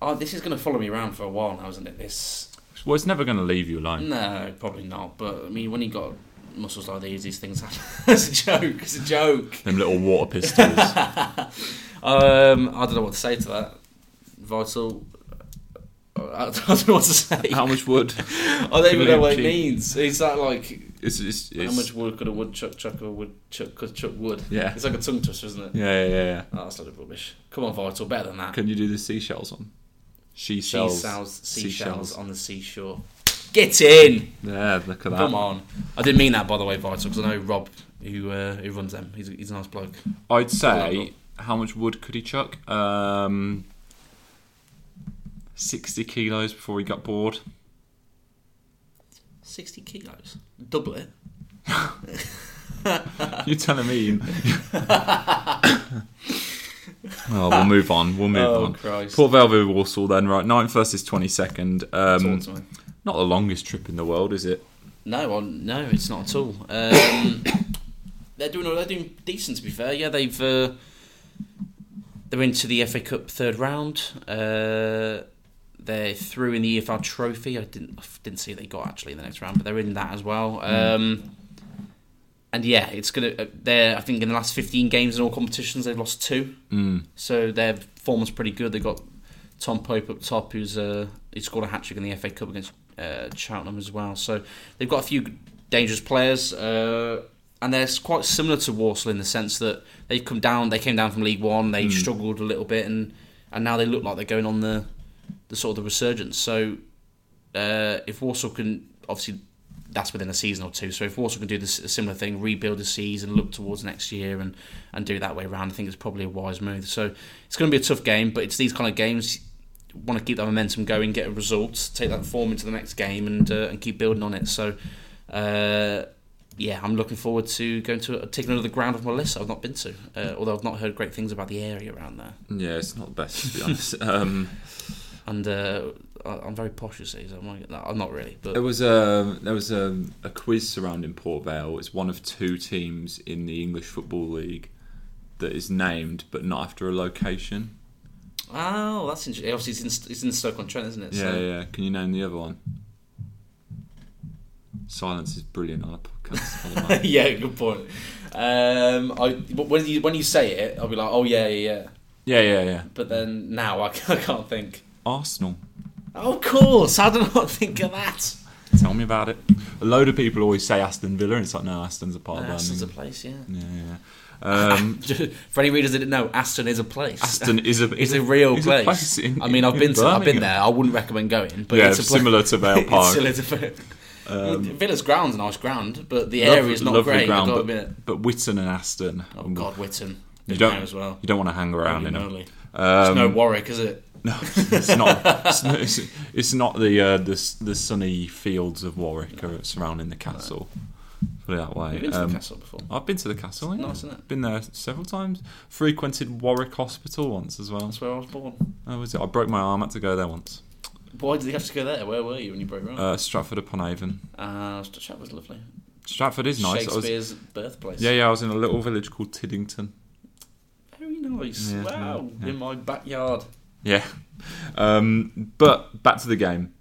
S2: Oh, this is going to follow me around for a while now, isn't it? This.
S1: Well, it's never going to leave you alone.
S2: No, probably not. But I mean, when you got muscles like these, these things happen. [LAUGHS] it's a joke. It's a joke.
S1: Them little water [LAUGHS] pistols.
S2: Um, I don't know what to say to that. Vital. [LAUGHS] I don't know what to say.
S1: how much wood?
S2: I don't even know what it
S1: Liam Keane.
S2: means. Is that like
S1: It's, it's, it's,
S2: How much wood could a woodchuck chuck a woodchuck could chuck wood?
S1: Yeah.
S2: It's like a tongue twister, isn't it?
S1: Yeah, yeah, yeah, yeah.
S2: Oh, that's a lot of rubbish. Come on, Vital, better than that.
S1: Can you do the seashells on? She
S2: she
S1: sells,
S2: sells seashells on the seashore. Get in!
S1: Yeah, look at that.
S2: Come on. I didn't mean that, by the way, Vital, because I know Rob, who uh, who runs them, he's, he's a nice bloke.
S1: I'd
S2: Level.
S1: say how much wood could he chuck? Um, sixty kilos before he got bored. [LAUGHS]
S2: 60 kilos. Double it.
S1: You're telling me? oh, [COUGHS] we'll move on. We'll move
S2: oh,
S1: on.
S2: Christ.
S1: Port Vale via Warsaw then, right? 9th versus 22nd. Um,
S2: Talk to me.
S1: not the longest trip in the world, is it?
S2: No, I, no, it's not at all. Um, [COUGHS] they're doing they're doing decent to be fair. Yeah, they've uh, they're into the FA Cup third round. Uh, they're through in the EFL Trophy. I didn't I didn't see they got actually in the next round, but they're in that as well. Um, and yeah, it's gonna. uh, They're I think in the last fifteen games in all competitions they've lost two.
S1: Mm.
S2: So their form was pretty good. They got Tom Pope up top, who's uh, he scored a hat trick in the FA Cup against uh, Cheltenham as well. So they've got a few dangerous players, uh, and they're quite similar to Warsaw in the sense that they've come down. They came down from League One. They struggled a little bit, and and now they look like they're going on the the sort of the resurgence. So uh, if Warsaw can obviously. That's within a season or two. So if Warsaw can do this a similar thing, rebuild the season, look towards next year, and and do it that way around, I think it's probably a wise move. So it's going to be a tough game, but it's these kind of games. you Want to keep that momentum going, get a result, take that form into the next game, and uh, and keep building on it. So, uh, yeah, I'm looking forward to going to uh, taking another ground off my list I've not been to, uh, although I've not heard great things about the area around there.
S1: Yeah, it's not the best, [LAUGHS] to be honest. Um,
S2: And uh, I- I'm very posh, you see, so I might get that. I'm not really, but
S1: There was a there was a, a quiz surrounding Port Vale. It's one of two teams in the English Football League that is named, but not after a location.
S2: oh, that's interesting. Obviously, it's in, it's in Stoke on Trent, isn't it?
S1: Yeah,
S2: so,
S1: yeah. Can you name the other one? Silence is brilliant on a podcast. by the way.
S2: [LAUGHS] yeah, good point. Um, I when you when you say it, I'll be like, oh yeah, yeah, yeah.
S1: [LAUGHS] yeah, yeah, yeah.
S2: But then now I [LAUGHS] can't, I can't think.
S1: Arsenal.
S2: Oh, of course. How did I
S1: [LAUGHS]
S2: not think of that?
S1: Tell me about it. A load of people always say Aston Villa, and it's like no, Aston's a part of
S2: Aston's a
S1: Birmingham.
S2: place, yeah.
S1: Yeah, yeah.
S2: [LAUGHS]
S1: Um,
S2: For any readers that didn't know, Aston is a place.
S1: Aston is a
S2: It's a real
S1: is
S2: place.
S1: in-
S2: I mean, I've
S1: in
S2: been to, I've been
S1: Birmingham.
S2: there. I wouldn't recommend going, but
S1: yeah,
S2: it's a place.
S1: similar
S2: [LAUGHS]
S1: to Vale
S2: it's
S1: Park. Um,
S2: similar to Well, Villa's ground's a nice ground, but the
S1: Lovely-
S2: area is not
S1: lovely
S2: great.
S1: ground,
S2: I've got to
S1: but,
S2: admit.
S1: but Witten and Aston,
S2: Oh God, Witten.
S1: you
S2: Been
S1: don't
S2: there as well.
S1: you don't want to hang around in
S2: Holy
S1: them.
S2: moly. it's
S1: Um,
S2: no Warwick, is it?
S1: no, it's not. It's, not- it's, it's not the, uh, the s- the sunny fields of Warwick or surrounding the castle. Put it that
S2: I've
S1: way.
S2: been to
S1: Um,
S2: the castle before.
S1: I've been to the castle. Yeah.
S2: nice, isn't it?
S1: Been there several times. Frequented Warwick Hospital once as well.
S2: That's where I was born.
S1: Oh, was it? I broke my arm. Had to go there once.
S2: Why did you have to go there? Where were you when you broke your arm?
S1: Uh, Stratford upon Avon.
S2: Uh, that was lovely.
S1: Stratford is nice. I was,
S2: Shakespeare's birthplace.
S1: yeah, yeah. I was in a little village called Tiddington.
S2: Very nice.
S1: Yeah,
S2: wow.
S1: yeah.
S2: In my backyard.
S1: Yeah. Um, but back to the game.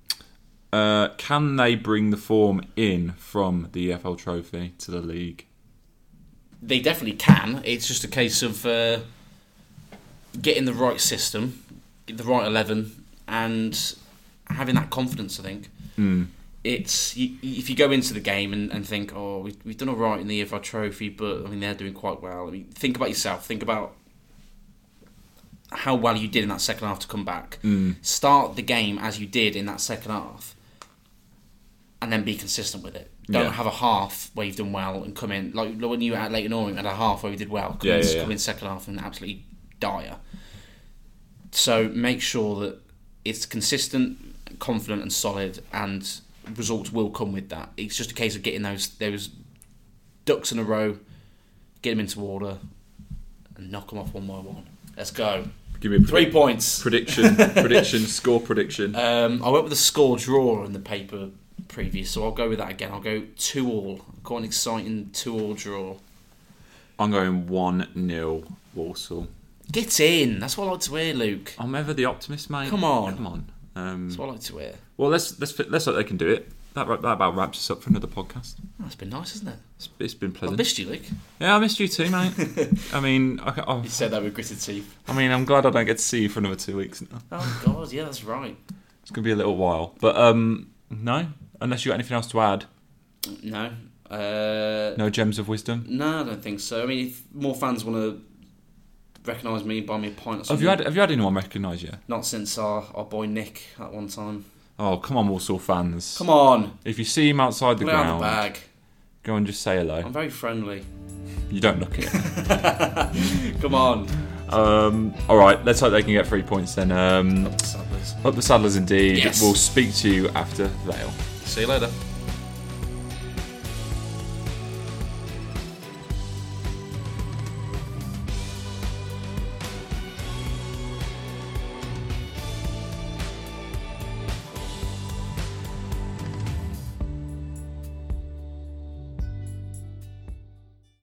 S1: Uh, can they bring the form in from the EFL Trophy to the league?
S2: They definitely can. It's just a case of uh, getting the right system, the right 11, and having that confidence, I think.
S1: Mm.
S2: It's you, you- if you go into the game and, and think, oh, we, we've done all right in the EFL Trophy, but I mean they're doing quite well. I mean, think about yourself. Think about how well you did in that second half to come back.
S1: Mm.
S2: Start the game as you did in that second half, and then be consistent with it. Don't
S1: Yeah.
S2: have a half where you've done well and come in like like when you were at Leighton Orient had a half where we did well. Come,
S1: Yeah,
S2: in,
S1: yeah, yeah.
S2: come in second half and absolutely dire. So make sure that it's consistent, confident, and solid, and results will come with that. It's just a case of getting those those ducks in a row, get them into order, and knock them off one by one. Let's go.
S1: Give me a
S2: Three points. [LAUGHS]
S1: prediction, prediction, score prediction.
S2: Um, I went with the score draw in the paper previous, so I'll go with that again. I'll go two all. Quite an exciting two all draw.
S1: I'm going 1 0 Walsall.
S2: Get in. That's what I like to hear, Luke.
S1: I'm ever the optimist, mate.
S2: Come on.
S1: Come on. Um,
S2: That's what I like to Oh, hear.
S1: well, let's, let's, let's hope they can do it. That, that about wraps us up for another podcast.
S2: That's been nice, isn't it?
S1: It's, it's been
S2: I
S1: pleasant.
S2: missed you, Luke.
S1: yeah, I missed you too,
S2: [LAUGHS]
S1: mate. I mean, I, I,
S2: said that with gritted teeth.
S1: I mean, I'm glad I don't get to see you for another two weeks. now.
S2: Oh God, yeah, that's right.
S1: It's gonna be a little while, but um, no. Unless you got anything else to add,
S2: No. Uh,
S1: no gems of wisdom.
S2: No, I don't think so. I mean, if more fans want to recognise me, buy me a pint or something.
S1: Have you had Have you had anyone recognise you?
S2: Not since our, our boy Nick at one time.
S1: Oh, come on, Walsall fans!
S2: Come on,
S1: If you see him outside the
S2: put it out
S1: ground,
S2: of the bag.
S1: go and just say hello.
S2: I'm very friendly.
S1: You don't look it.
S2: Come on,
S1: um, all right, let's hope they can get three points then. Um,
S2: Saddlers.
S1: up the saddlers, indeed.
S2: Yes.
S1: We'll speak to you after Vale.
S2: See you later.